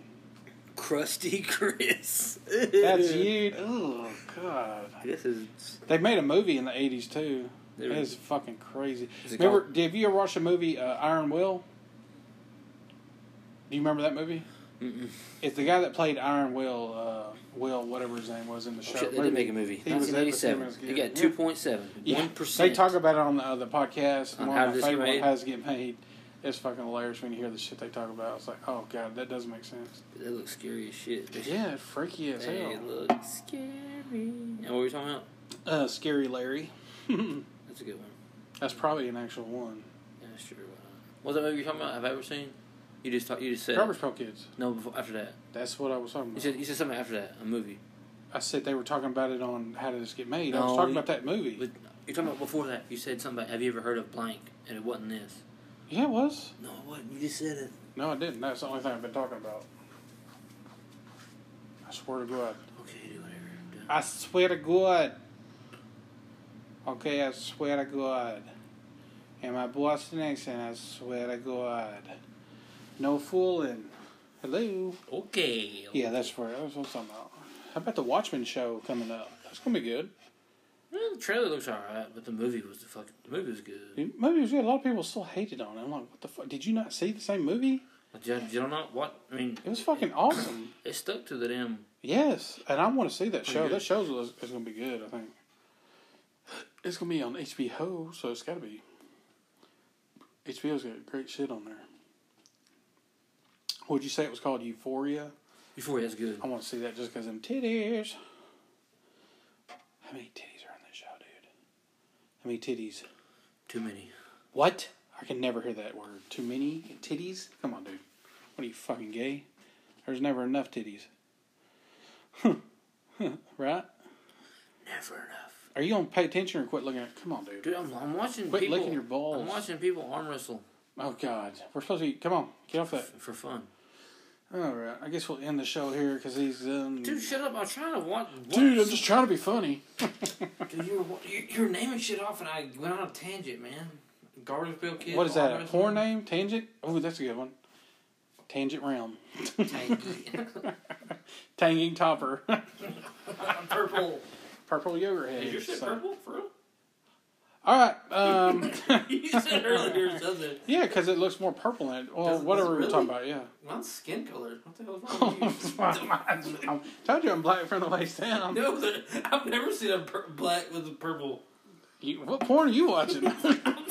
Speaker 1: Krusty [laughs] Chris. [laughs]
Speaker 2: That's you. Oh God.
Speaker 1: This is
Speaker 2: They made a movie in the eighties too.
Speaker 1: Dude.
Speaker 2: It is fucking crazy.
Speaker 1: Is it
Speaker 2: remember?
Speaker 1: called-
Speaker 2: Did you ever watch the movie uh, Iron Will? Do you remember that movie?
Speaker 1: Mm-mm. Oh,
Speaker 2: It's the guy that played Iron Will, uh, Will whatever his name was in the show.
Speaker 1: Oh, Shit, they did make a movie.
Speaker 2: He was in it, but he
Speaker 1: 1987.
Speaker 2: was
Speaker 1: They
Speaker 2: good.
Speaker 1: got
Speaker 2: Yeah.
Speaker 1: 2.7.
Speaker 2: Yeah.
Speaker 1: 1%.
Speaker 2: They talk about it on the, uh, the podcast.
Speaker 1: On
Speaker 2: One
Speaker 1: how
Speaker 2: of my
Speaker 1: this
Speaker 2: favorite
Speaker 1: made-
Speaker 2: ones, how to get made. It's fucking hilarious when you hear the shit they talk about. It's like, oh god, that doesn't make sense.
Speaker 1: They look scary as shit.
Speaker 2: Yeah, freaky as
Speaker 1: They
Speaker 2: hell.
Speaker 1: look scary. And what were we talking about?
Speaker 2: Uh, scary Larry. [laughs]
Speaker 1: That's a good one.
Speaker 2: That's probably an actual one.
Speaker 1: Yeah, sure. Why not? What's that movie you're talking about? Have I ever seen? You just talk, You just said
Speaker 2: Garbage Pail Kids.
Speaker 1: no. Before, after that,
Speaker 2: That's what I was talking
Speaker 1: you
Speaker 2: about.
Speaker 1: said you said something after that. A movie.
Speaker 2: I said they were talking about it on How Did This Get Made. I
Speaker 1: No,
Speaker 2: was talking
Speaker 1: you-
Speaker 2: about that movie.
Speaker 1: But you're talking about before that. You said something. About, Have you ever heard of blank? And it wasn't this.
Speaker 2: yeah, it was.
Speaker 1: No, it wasn't. You just said it.
Speaker 2: No, I didn't. That's the only thing I've been talking about. I swear to God.
Speaker 1: Okay, do whatever. Done.
Speaker 2: I swear to God. Okay, I swear to God. And my Boston accent, I swear to God. No fooling. Hello.
Speaker 1: Okay.
Speaker 2: Yeah, that's where that's what I'm talking about. How about the Watchmen show coming up? That's gonna be good.
Speaker 1: Well, the trailer looks alright, but the movie was the fucking. The movie was good.
Speaker 2: The movie was good. A lot of people still hated on it. I'm like, what the fuck? Did you not see the same movie?
Speaker 1: Did, did I not? What? I mean,
Speaker 2: It was fucking awesome.
Speaker 1: It stuck to the damn.
Speaker 2: Yes, and I want to see that show.
Speaker 1: good.
Speaker 2: That show is, is going to be good. I think it's going to be on HBO, so it's got to be. HBO's got great shit on there. Would you say it was called Euphoria?
Speaker 1: Euphoria is good.
Speaker 2: I want to see that just because them titties. How many titties are on that show, dude? How many titties?
Speaker 1: Too many.
Speaker 2: What? I can never hear that word. Too many titties? Come on, dude. What are you fucking gay? There's never enough titties. [laughs] right?
Speaker 1: Never enough.
Speaker 2: Are you gonna pay attention or quit looking at? Come on, dude.
Speaker 1: Dude, I'm, I'm watching
Speaker 2: Quit
Speaker 1: people.
Speaker 2: licking your balls.
Speaker 1: I'm watching people arm wrestle
Speaker 2: Oh God, we're supposed to. Be, come on, get off that.
Speaker 1: f- for fun.
Speaker 2: All right, I guess we'll end the show here because he's um.
Speaker 1: Dude, shut up. I'm trying to watch.
Speaker 2: Dude, I'm just trying to be funny.
Speaker 1: Dude, you, were, wa- you, you were naming shit off and I went on a tangent, man. Garbage Bill Kid.
Speaker 2: what is
Speaker 1: arm
Speaker 2: that? A
Speaker 1: wrestling. [laughs]
Speaker 2: porn name? Tangent? Oh, that's a good one. Tangent Realm.
Speaker 1: Tangy.
Speaker 2: [laughs] Tanging Topper.
Speaker 1: [laughs]
Speaker 2: [laughs]
Speaker 1: Purple.
Speaker 2: purple yogurt head.
Speaker 3: Is your shit
Speaker 2: so-
Speaker 3: purple for
Speaker 1: [laughs]
Speaker 3: real?
Speaker 2: All right. Um,
Speaker 3: [laughs] you said earlier something.
Speaker 2: yeah, because it looks more purple in it. Well,
Speaker 3: Does it-
Speaker 2: whatever we
Speaker 3: does
Speaker 2: were
Speaker 3: it
Speaker 2: talking about,
Speaker 3: [laughs]
Speaker 2: yeah.
Speaker 3: Mine's skin color. What the hell is wrong
Speaker 1: [laughs]
Speaker 3: with you?
Speaker 2: I [laughs] told you I'm black from the waist down.
Speaker 3: no, there- I've never seen a pur- black with a
Speaker 1: [laughs]
Speaker 3: purple.
Speaker 2: You, what porn are you
Speaker 3: [laughs]
Speaker 2: watching?
Speaker 3: I'm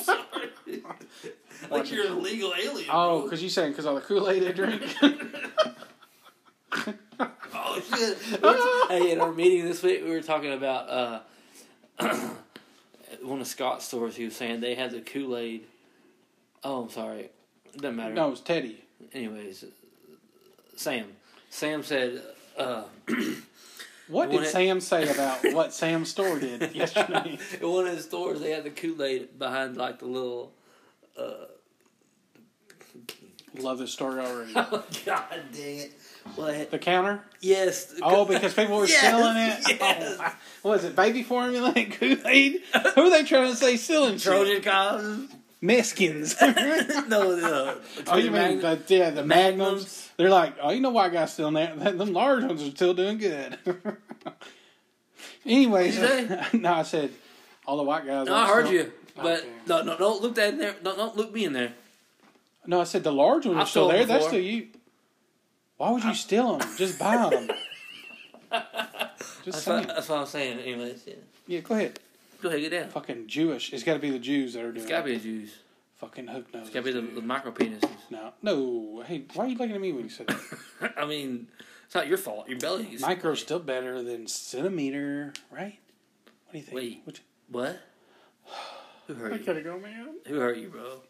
Speaker 2: [laughs]
Speaker 3: sorry. like you're an illegal alien.
Speaker 2: oh,
Speaker 3: bro.
Speaker 2: because you saying because all the Kool Aid they drink.
Speaker 1: [laughs]
Speaker 3: oh shit.
Speaker 1: hey, in our meeting this week, we were talking about uh, [clears throat] one of Scott's stores. He was saying they had the Kool Aid. Oh, I'm sorry. Doesn't matter.
Speaker 2: no, it's Teddy.
Speaker 1: Anyways, Sam. Sam said,
Speaker 2: [laughs]
Speaker 1: uh,
Speaker 2: What
Speaker 1: When
Speaker 2: did
Speaker 1: it-
Speaker 2: Sam say
Speaker 1: [laughs]
Speaker 2: about what Sam's store did yesterday?
Speaker 1: in one of the stores they had the Kool Aid behind like the [laughs] little.
Speaker 2: Love this story already.
Speaker 1: Oh, God dang it! Well, they had-
Speaker 2: The counter?
Speaker 1: yes.
Speaker 2: Oh, because people
Speaker 1: [laughs]
Speaker 2: were
Speaker 1: Yes,
Speaker 2: selling it.
Speaker 1: yes.
Speaker 2: Oh, what is it baby formula and Kool Aid? Who are they trying to say selling?
Speaker 1: Trojan cows. [laughs]
Speaker 2: Mexicans. [laughs]
Speaker 1: no, no.
Speaker 2: Oh, you mean the, yeah, the magnums.
Speaker 1: Magnums.
Speaker 2: They're like, oh, you know why I got still in there? [laughs] Them large ones are still doing good. [laughs] Anyways,
Speaker 1: What'd you
Speaker 2: [laughs] no, I said all the white guys.
Speaker 1: No,
Speaker 2: are
Speaker 1: I heard
Speaker 2: still-
Speaker 1: you, but
Speaker 2: Okay.
Speaker 1: no, no, don't look that in there. Don't, don't look me in there.
Speaker 2: No, I said the large ones are
Speaker 1: I've
Speaker 2: still
Speaker 1: sold
Speaker 2: there.
Speaker 1: them
Speaker 2: That's
Speaker 1: before.
Speaker 2: still you. Why would you steal them? Just buy
Speaker 1: [laughs]
Speaker 2: them. Just
Speaker 1: That's what,
Speaker 2: saying.
Speaker 1: that's what I'm saying. Anyways, yeah.
Speaker 2: Yeah, go ahead.
Speaker 1: go ahead, get down.
Speaker 2: Fucking Jewish. It's got to be the Jews that are doing.
Speaker 1: It's
Speaker 2: it
Speaker 1: gotta be the Jews.
Speaker 2: Fucking hook nose.
Speaker 1: It's gotta be the, the micro penises. [laughs]
Speaker 2: No, no. Hey, why are you looking at me when you said that?
Speaker 1: I mean, it's not your fault. Your belly is
Speaker 2: Micro's still better than centimeter, right? What do you think?
Speaker 1: Wait.
Speaker 2: Which,
Speaker 1: What? Who hurt you?
Speaker 2: gotta go, man.
Speaker 1: Who hurt you, bro?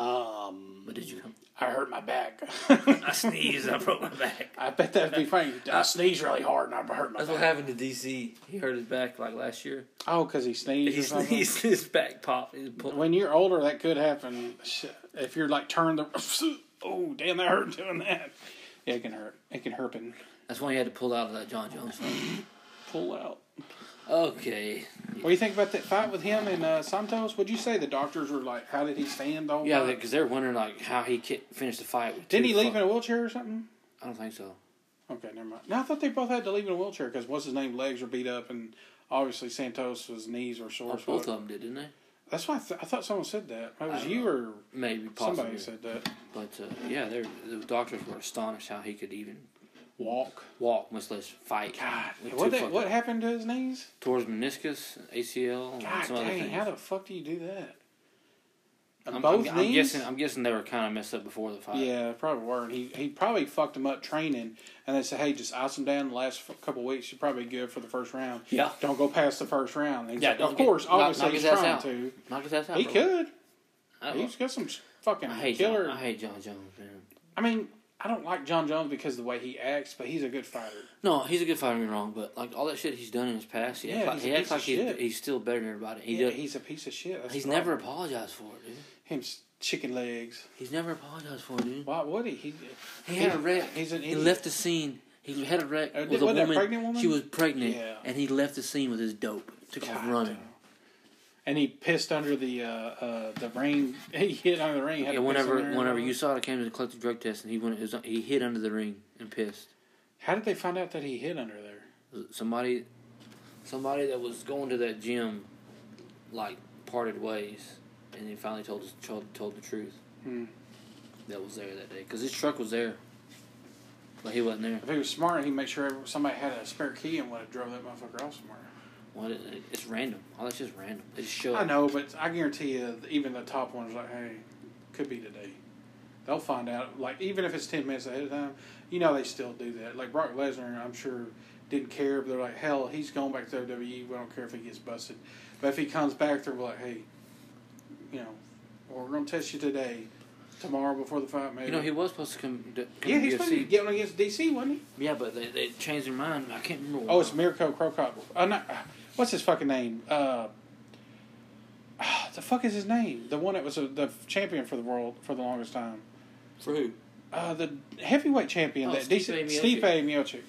Speaker 2: Um,
Speaker 1: What did you come?
Speaker 2: I hurt my back. [laughs]
Speaker 1: I sneezed. I broke my back.
Speaker 2: I bet that'd be funny. I sneeze really hard and I hurt my
Speaker 1: That's what
Speaker 2: back.
Speaker 1: happened to DC. He hurt his back like last year.
Speaker 2: Oh, because he sneezed.
Speaker 1: He
Speaker 2: or something?
Speaker 1: sneezed. [laughs] His back popped. He pulled-
Speaker 2: When you're older, that could happen. Shit. If you're like turned the. [laughs] Oh, damn, that hurt doing that. Yeah, it can hurt. It can hurt and
Speaker 1: That's why he had to pull out of that John Jones fight.
Speaker 2: pull out.
Speaker 1: Okay.
Speaker 2: What do you think about that fight with him and uh, Santos? Would you say the doctors were like, how did he stand all
Speaker 1: Yeah,
Speaker 2: night?
Speaker 1: because they're wondering like how he ki- finished the fight. with
Speaker 2: Didn't
Speaker 1: two
Speaker 2: he leave
Speaker 1: fuck-
Speaker 2: in a wheelchair or something?
Speaker 1: I don't think so.
Speaker 2: Okay, never mind. No, I thought they both had to leave in a wheelchair because what's his name? Legs were beat up, and obviously Santos' was knees were sore.
Speaker 1: Oh,
Speaker 2: as
Speaker 1: both
Speaker 2: fuck.
Speaker 1: of them did, didn't they?
Speaker 2: That's why I, th- I thought someone said that. It was
Speaker 1: don't
Speaker 2: you
Speaker 1: know.
Speaker 2: or
Speaker 1: Maybe possibly.
Speaker 2: somebody said that.
Speaker 1: But uh, yeah, they're, the doctors were astonished how he could even
Speaker 2: Walk.
Speaker 1: walk, much less fight.
Speaker 2: God,
Speaker 1: with two
Speaker 2: what that,
Speaker 1: fucking-
Speaker 2: what happened to his knees?
Speaker 1: Towards meniscus, ACL, and
Speaker 2: God
Speaker 1: some other
Speaker 2: dang,
Speaker 1: things.
Speaker 2: how the fuck do you do that?
Speaker 1: I'm,
Speaker 2: Both
Speaker 1: I'm, I'm
Speaker 2: knees.
Speaker 1: guessing. I'm guessing they were kind of messed up before the fight.
Speaker 2: yeah, probably were. And he he probably fucked him up training, and they said, hey, just ice him down the last f- couple weeks. You're probably good for the first round.
Speaker 1: Yeah.
Speaker 2: Don't go past the first round. And he's
Speaker 1: Yeah,
Speaker 2: like,
Speaker 1: don't
Speaker 2: of
Speaker 1: get-
Speaker 2: course,
Speaker 1: knock-
Speaker 2: obviously
Speaker 1: knock
Speaker 2: he's
Speaker 1: his ass
Speaker 2: trying
Speaker 1: out.
Speaker 2: to.
Speaker 1: Knock his ass out.
Speaker 2: He
Speaker 1: bro.
Speaker 2: could.
Speaker 1: I, don't-
Speaker 2: He's got some fucking
Speaker 1: I hate
Speaker 2: killer.
Speaker 1: John, I hate John Jones, man.
Speaker 2: I mean, I don't like John Jones because of the way he acts, but he's a good fighter.
Speaker 1: No, he's a good fighter. You're wrong, but like all that shit he's done in his past, he
Speaker 2: Yeah,
Speaker 1: acts like,
Speaker 2: he's a
Speaker 1: he acts
Speaker 2: piece of
Speaker 1: like he's,
Speaker 2: shit.
Speaker 1: he's still better than everybody. He
Speaker 2: yeah,
Speaker 1: does,
Speaker 2: he's a piece of shit. That's
Speaker 1: he's
Speaker 2: the problem.
Speaker 1: never apologized for it, dude.
Speaker 2: him s- chicken legs.
Speaker 1: He's never apologized for it, dude.
Speaker 2: Why would he? He,
Speaker 1: He had a wreck.
Speaker 2: He's an
Speaker 1: he
Speaker 2: idiot.
Speaker 1: left the scene. He had a wreck
Speaker 2: Oh,
Speaker 1: with a
Speaker 2: wasn't that
Speaker 1: woman.
Speaker 2: a pregnant woman?
Speaker 1: She was pregnant,
Speaker 2: Yeah.
Speaker 1: and he left the scene with his dope. Took off
Speaker 2: God
Speaker 1: running.
Speaker 2: damn. And he pissed under the uh, uh, the ring. [laughs] He hit under the ring. had
Speaker 1: Yeah,
Speaker 2: to piss uh-huh.
Speaker 1: whenever
Speaker 2: under it.
Speaker 1: whenever you saw it, it came to the collective drug test, and he went. It was, he hid under the ring and pissed.
Speaker 2: How did they find out that he hid under there?
Speaker 1: Somebody, somebody that was going to that gym, like parted ways, and he finally told us told, told the truth.
Speaker 2: Hmm.
Speaker 1: That was there that day because his truck was there, but he wasn't there.
Speaker 2: If he was smart, he'd make sure somebody had a spare key and would have drove that motherfucker off somewhere.
Speaker 1: Well, it, it's random. All that's just random. They just show.
Speaker 2: I
Speaker 1: up.
Speaker 2: know, but I guarantee you, even the top ones like, hey, could be today. They'll find out. Like even if it's ten minutes ahead of time, you know they still do that. Like Brock Lesnar, I'm sure didn't care, but they're like, hell, he's going back to WWE. We don't care if he gets busted, but if he comes back, they're like, hey, you know, well, we're gonna test you today, tomorrow before the fight, maybe.
Speaker 1: You know he was supposed to come. To, come
Speaker 2: yeah,
Speaker 1: to
Speaker 2: he's
Speaker 1: UFC.
Speaker 2: supposed to get one against DC, wasn't he?
Speaker 1: Yeah, but they, they changed their mind. I can't remember.
Speaker 2: Oh,
Speaker 1: why.
Speaker 2: it's Mirko Krokop. Uh, not, uh, what's his fucking name? Uh, ah, the fuck is his name? The one that was uh the champion for the world for the longest time.
Speaker 1: for who?
Speaker 2: Uh, the heavyweight champion
Speaker 1: Oh,
Speaker 2: that
Speaker 1: Stipe
Speaker 2: decent
Speaker 1: Miocic.
Speaker 2: Stipe Miocic.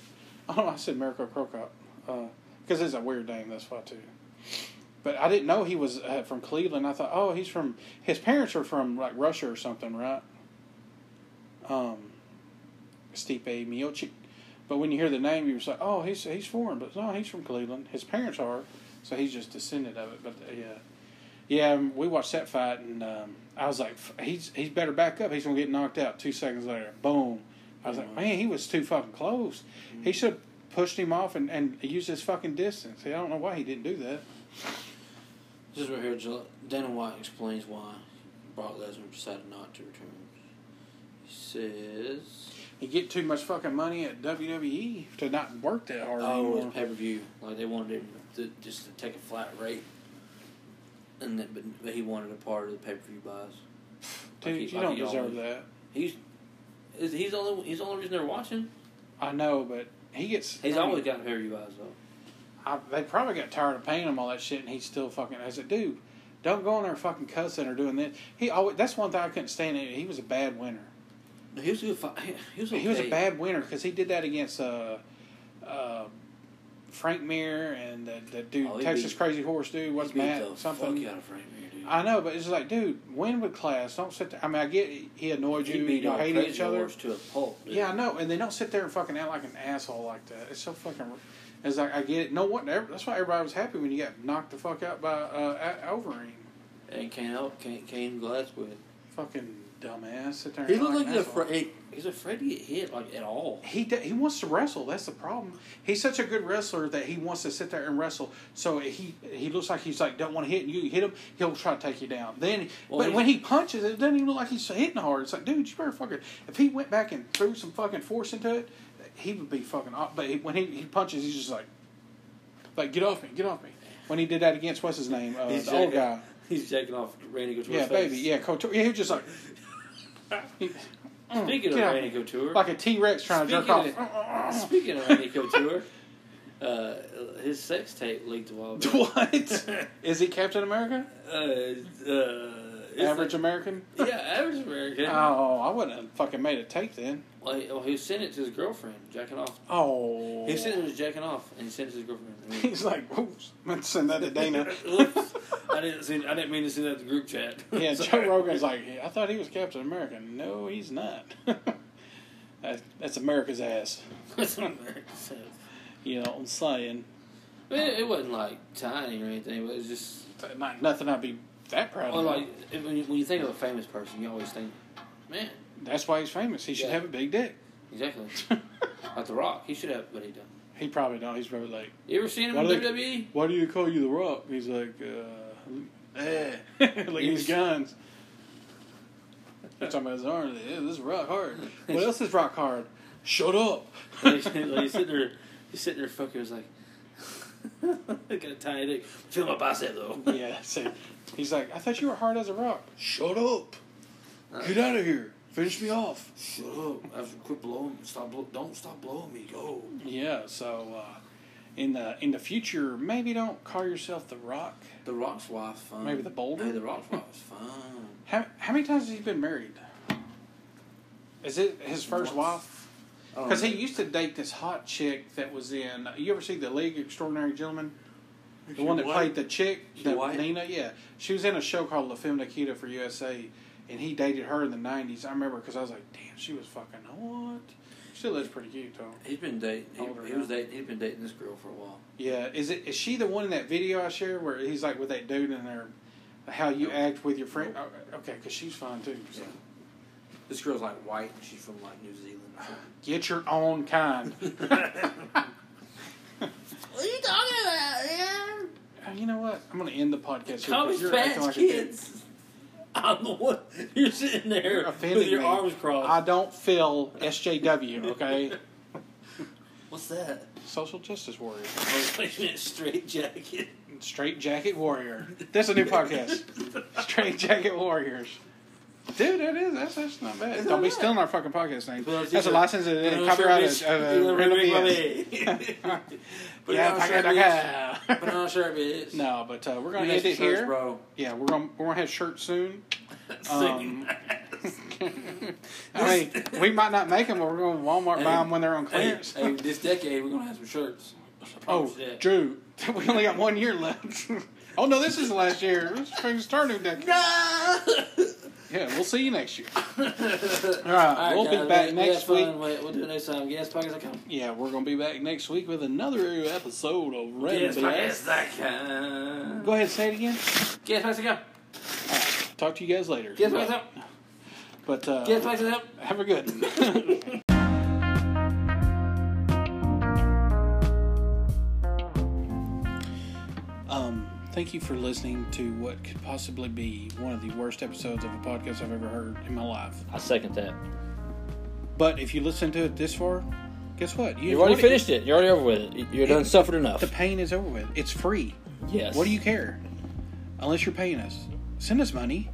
Speaker 2: Oh, I said Mirko Krokop because it's a weird name. That's why too. But I didn't know he was uh, from Cleveland. I thought, oh, he's from his parents are from like Russia or something, right? Um, Stipe Miocic. But when you hear the name, you just like, oh, he's he's foreign, but no, he's from Cleveland. His parents are, so he's just descended of it. But uh, yeah, yeah, um, we watched that fight, and um, I was like, "F- he's he's better back up. He's gonna get knocked out. Two seconds later, boom. I was like, man, he was too fucking close.
Speaker 1: Mm-hmm.
Speaker 2: He should have pushed him off and, and used his fucking distance. See, I don't know why he didn't do that.
Speaker 1: This is right here. Jul- Dana White explains why Brock Lesnar decided not to return. He says,
Speaker 2: He get too much fucking money at WWE to not work that hard
Speaker 1: "Oh,
Speaker 2: anymore.
Speaker 1: it's pay per view. Like they wanted him to, just to take a flat rate, and then but, but he wanted a part of the pay per view buys.
Speaker 2: Dude,
Speaker 1: Like he-
Speaker 2: you
Speaker 1: like
Speaker 2: don't
Speaker 1: he always-
Speaker 2: deserve that.
Speaker 1: He's is he's the only he's the only reason they're watching.
Speaker 2: I know, but he gets.
Speaker 1: He's
Speaker 2: I mean,
Speaker 1: always got pay per view buys though.
Speaker 2: I, they probably got tired of paying him all that shit, and he still fucking as it do. Don't go in there fucking cussing or doing that. He always. That's one thing I couldn't stand. He was a bad winner.
Speaker 1: No, He was a good fight. He was, okay.
Speaker 2: He was a bad winner because he did that against uh, uh, Frank Mir and the, the dude
Speaker 1: Oh, he
Speaker 2: Texas
Speaker 1: beat-
Speaker 2: Crazy Horse dude.
Speaker 1: he
Speaker 2: What's
Speaker 1: beat
Speaker 2: Matt
Speaker 1: the
Speaker 2: something?
Speaker 1: Fuck out of Frank Mir, dude.
Speaker 2: I know, but it's like, dude, win with class. Don't sit there. I mean, I get he annoyed
Speaker 1: he
Speaker 2: you.
Speaker 1: beat
Speaker 2: Y'all
Speaker 1: all
Speaker 2: hate
Speaker 1: Crazy
Speaker 2: each other.
Speaker 1: Horse to a pulp. Dude.
Speaker 2: Yeah, I know, and they don't sit there and fucking act like an asshole like that. It's so fucking. It's like I get it. No one. ev- That's why everybody was happy when you got knocked the fuck out by uh, A- Overeem.
Speaker 1: and Kane help Kane, Kane Glasgow.
Speaker 2: Fucking dumbass, sit there. And
Speaker 1: He
Speaker 2: act
Speaker 1: looked like
Speaker 2: an
Speaker 1: he's
Speaker 2: asshole.
Speaker 1: afraid. He's afraid to get hit like at all. [laughs]
Speaker 2: He d- he wants to wrestle. That's the problem. He's such a good wrestler that he wants to sit there and wrestle. So he he looks like he's like don't want to hit you. hit him, he'll try to take you down. Then,
Speaker 1: Well,
Speaker 2: but
Speaker 1: he's-
Speaker 2: when he punches, it doesn't even look like he's hitting hard. It's like, dude, you better fucking. If he went back and threw some fucking force into it, he would be fucking. Off. But he, when he, he punches, he's just like, like get off me, get off me. When he did that against what's his name, uh,
Speaker 1: He's
Speaker 2: the old
Speaker 1: jacking-
Speaker 2: guy,
Speaker 1: He's jacking off Randy Couture's
Speaker 2: yeah,
Speaker 1: face.
Speaker 2: baby, yeah, Couture, yeah, he was just like. he-
Speaker 1: Speaking of
Speaker 2: Mm. Get off
Speaker 1: Randy
Speaker 2: me.
Speaker 1: Couture,
Speaker 2: like a T Rex trying to jerk off.
Speaker 1: Speaking speaking of Randy Couture, [laughs] uh, his sex tape leaked a
Speaker 2: [laughs]
Speaker 1: while [laughs] back.
Speaker 2: What? Is he Captain America?
Speaker 1: Uh, uh, it's
Speaker 2: Average
Speaker 1: like-
Speaker 2: American?
Speaker 1: yeah, average American.
Speaker 2: Oh, I wouldn't have fucking made a tape then.
Speaker 1: Well, he, well, he sent it to his girlfriend, jacking off.
Speaker 2: Oh.
Speaker 1: He sent it to his jacking off, and he sent it to his girlfriend. I mean,
Speaker 2: [laughs] He's like, oops, let's send [laughs] that
Speaker 1: [laughs]
Speaker 2: to Dana.
Speaker 1: Oops, I didn't see. I didn't mean to send that to the group chat. [laughs]
Speaker 2: yeah, Joe
Speaker 1: Sorry.
Speaker 2: Rogan's like, I thought he was Captain America. No, he's not. [laughs] that's, that's America's ass.
Speaker 1: [laughs] That's what America says.
Speaker 2: You know what I'm saying?
Speaker 1: I mean, it wasn't like tiny or anything, but it was just
Speaker 2: Not, nothing I'd be that proud
Speaker 1: well,
Speaker 2: of.
Speaker 1: like if- when you, when you think of a famous person, you always think, man,
Speaker 2: that's why he's famous. He should
Speaker 1: Yeah.
Speaker 2: have a big dick. [laughs]
Speaker 1: exactly like The Rock. He should have what he done.
Speaker 2: he probably don't. He's probably like,
Speaker 1: You ever seen him
Speaker 2: Why
Speaker 1: in E?
Speaker 2: do they-
Speaker 1: [laughs] WWE?
Speaker 2: why do you call you The Rock? He's like, uh, eh. [laughs] like
Speaker 1: You
Speaker 2: his
Speaker 1: s-
Speaker 2: guns. You're talking about his arm. Yeah, this is rock hard. What else is rock hard? Shut up.
Speaker 1: [laughs] like, he's sitting there, he's sitting there fucking. He's like, [laughs] I got a tiny dick. Feel my bicep though.
Speaker 2: yeah, so he's like, I thought you were hard as a rock. Shut up. Get out of here. Finish me off.
Speaker 1: Uh, Shut up! I was- quit blowing. Stop. Blow, don't stop blowing me. Go.
Speaker 2: Yeah, so uh, in the in the future, maybe don't call yourself the rock.
Speaker 1: The Rock's wife's fun.
Speaker 2: Maybe the boulder?
Speaker 1: Hey, the Rock's wife's fun.
Speaker 2: How how many times has he been married? Is it his first
Speaker 1: Once.
Speaker 2: wife?
Speaker 1: Um,
Speaker 2: Because he used to date this hot chick that was in. You ever see the League of Extraordinary Gentlemen? The one that played the chick,
Speaker 1: She
Speaker 2: the
Speaker 1: white?
Speaker 2: Nina. Yeah, she was in a show called La Femme Nikita for USA, and he dated her in the '90s. I remember because I was like, "Damn, she was fucking hot." She looks pretty cute though.
Speaker 1: He's been dating.
Speaker 2: Older
Speaker 1: He, he
Speaker 2: now.
Speaker 1: was dating. He's been dating this girl for a while.
Speaker 2: Yeah, is it? Is she the one in that video I shared where he's like with that dude in there? How you act with your friend? Oh, okay, because she's fine too. so.
Speaker 1: Yeah. This girl's like white and she's from like New Zealand or something.
Speaker 2: Get your own kind. Uh,
Speaker 1: What are you talking about, man?
Speaker 2: Uh, you know what? I'm gonna end the podcast. here 'cause
Speaker 1: Thomas
Speaker 2: you're acting
Speaker 1: Pat's
Speaker 2: like a dick.
Speaker 1: kids. [laughs] I'm the one. You're sitting there
Speaker 2: You're offending
Speaker 1: with your
Speaker 2: me.
Speaker 1: arms crossed.
Speaker 2: I don't feel SJW, okay?
Speaker 1: What's that?
Speaker 2: Social justice warrior.
Speaker 1: Replacement straight jacket.
Speaker 2: Straight jacket warrior. That's a new podcast.
Speaker 1: [laughs]
Speaker 2: Straight jacket warriors. Dude, that is. That's, that's not
Speaker 1: It's
Speaker 2: bad.
Speaker 1: not
Speaker 2: don't be
Speaker 1: bad.
Speaker 2: stealing our fucking podcast name.
Speaker 1: Well,
Speaker 2: that's a
Speaker 1: it's-
Speaker 2: license and
Speaker 1: Little
Speaker 2: a Uh, copyright
Speaker 1: shirt,
Speaker 2: of
Speaker 1: bitch.
Speaker 2: uh,
Speaker 1: Little
Speaker 2: Rhythm
Speaker 1: ring,
Speaker 2: Band. [laughs]
Speaker 1: my man. [laughs] Put it
Speaker 2: Yeah,
Speaker 1: on,
Speaker 2: I
Speaker 1: shirt,
Speaker 2: got-
Speaker 1: bitch.
Speaker 2: I [laughs]
Speaker 1: Put it
Speaker 2: got-
Speaker 1: on, shirt, bitch.
Speaker 2: No, but uh, we're gonna
Speaker 1: You
Speaker 2: end
Speaker 1: got
Speaker 2: it
Speaker 1: some shirts,
Speaker 2: here.
Speaker 1: bro. [laughs]
Speaker 2: Yeah, we're gonna we're gonna have shirts soon. [laughs] Um, I
Speaker 1: This-
Speaker 2: mean, we might not make them, but we're going to Walmart buy 'em buy them when they're on
Speaker 1: Hey,
Speaker 2: clearance.
Speaker 1: hey, this decade we're gonna have some shirts. I
Speaker 2: Oh,
Speaker 1: promise that.
Speaker 2: Drew, [laughs] we only
Speaker 1: [laughs]
Speaker 2: got [laughs] one year left. oh no, this is the last year. This is our new decade.
Speaker 1: No!
Speaker 2: Yeah, we'll see you next year.
Speaker 1: All
Speaker 2: All right,
Speaker 1: right,
Speaker 2: we'll
Speaker 1: guys,
Speaker 2: be
Speaker 1: we-
Speaker 2: back
Speaker 1: we had
Speaker 2: next week.
Speaker 1: fun. We- We'll do it next time. Yes, podcast. Come.
Speaker 2: Yeah, we're gonna be back next week with another episode of Random.
Speaker 1: Yes,
Speaker 2: Bit.
Speaker 1: podcast. Come.
Speaker 2: Go ahead, say it again.
Speaker 1: Yes, podcast. Come.
Speaker 2: Talk to you guys later.
Speaker 1: Yes,
Speaker 2: but,
Speaker 1: podcast. Come.
Speaker 2: but uh,
Speaker 1: Yes, podcast. [laughs] Come.
Speaker 2: have a good. [laughs] um, thank you for listening to what could possibly be one of the worst episodes of a podcast I've ever heard in my life.
Speaker 1: I second that.
Speaker 2: But if you listen to it this far, guess what?
Speaker 1: You've already finished it. You're already over with it. You're done suffered enough.
Speaker 2: The pain is over with. It's free.
Speaker 1: Yes.
Speaker 2: What do you care? Unless you're paying us. Send us money.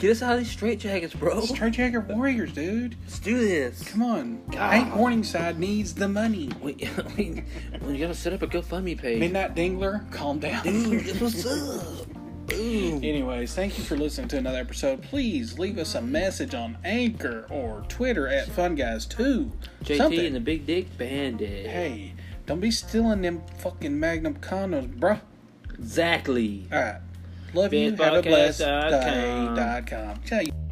Speaker 3: Get us out of these straitjackets, bro.
Speaker 2: [laughs] Straight Jagger Warriors, dude.
Speaker 3: Let's do this.
Speaker 2: Come on.
Speaker 1: God.
Speaker 2: Hank Morningside needs the money.
Speaker 1: We, we, we gotta set up a GoFundMe page.
Speaker 2: [laughs] Midnight Dingler, calm down.
Speaker 3: What's up? Boom.
Speaker 2: [laughs] Anyways, thank you for listening to another episode. Please leave us a message on Anchor or Twitter at FunGuys2.
Speaker 1: JT
Speaker 2: Something.
Speaker 1: and the Big Dick Bandit.
Speaker 2: hey, don't be stealing them fucking Magnum condoms, bruh.
Speaker 1: Exactly.
Speaker 2: All right. Love you. Have a blessed day.
Speaker 1: Bitpodcast.com.
Speaker 2: Dot com. Yeah,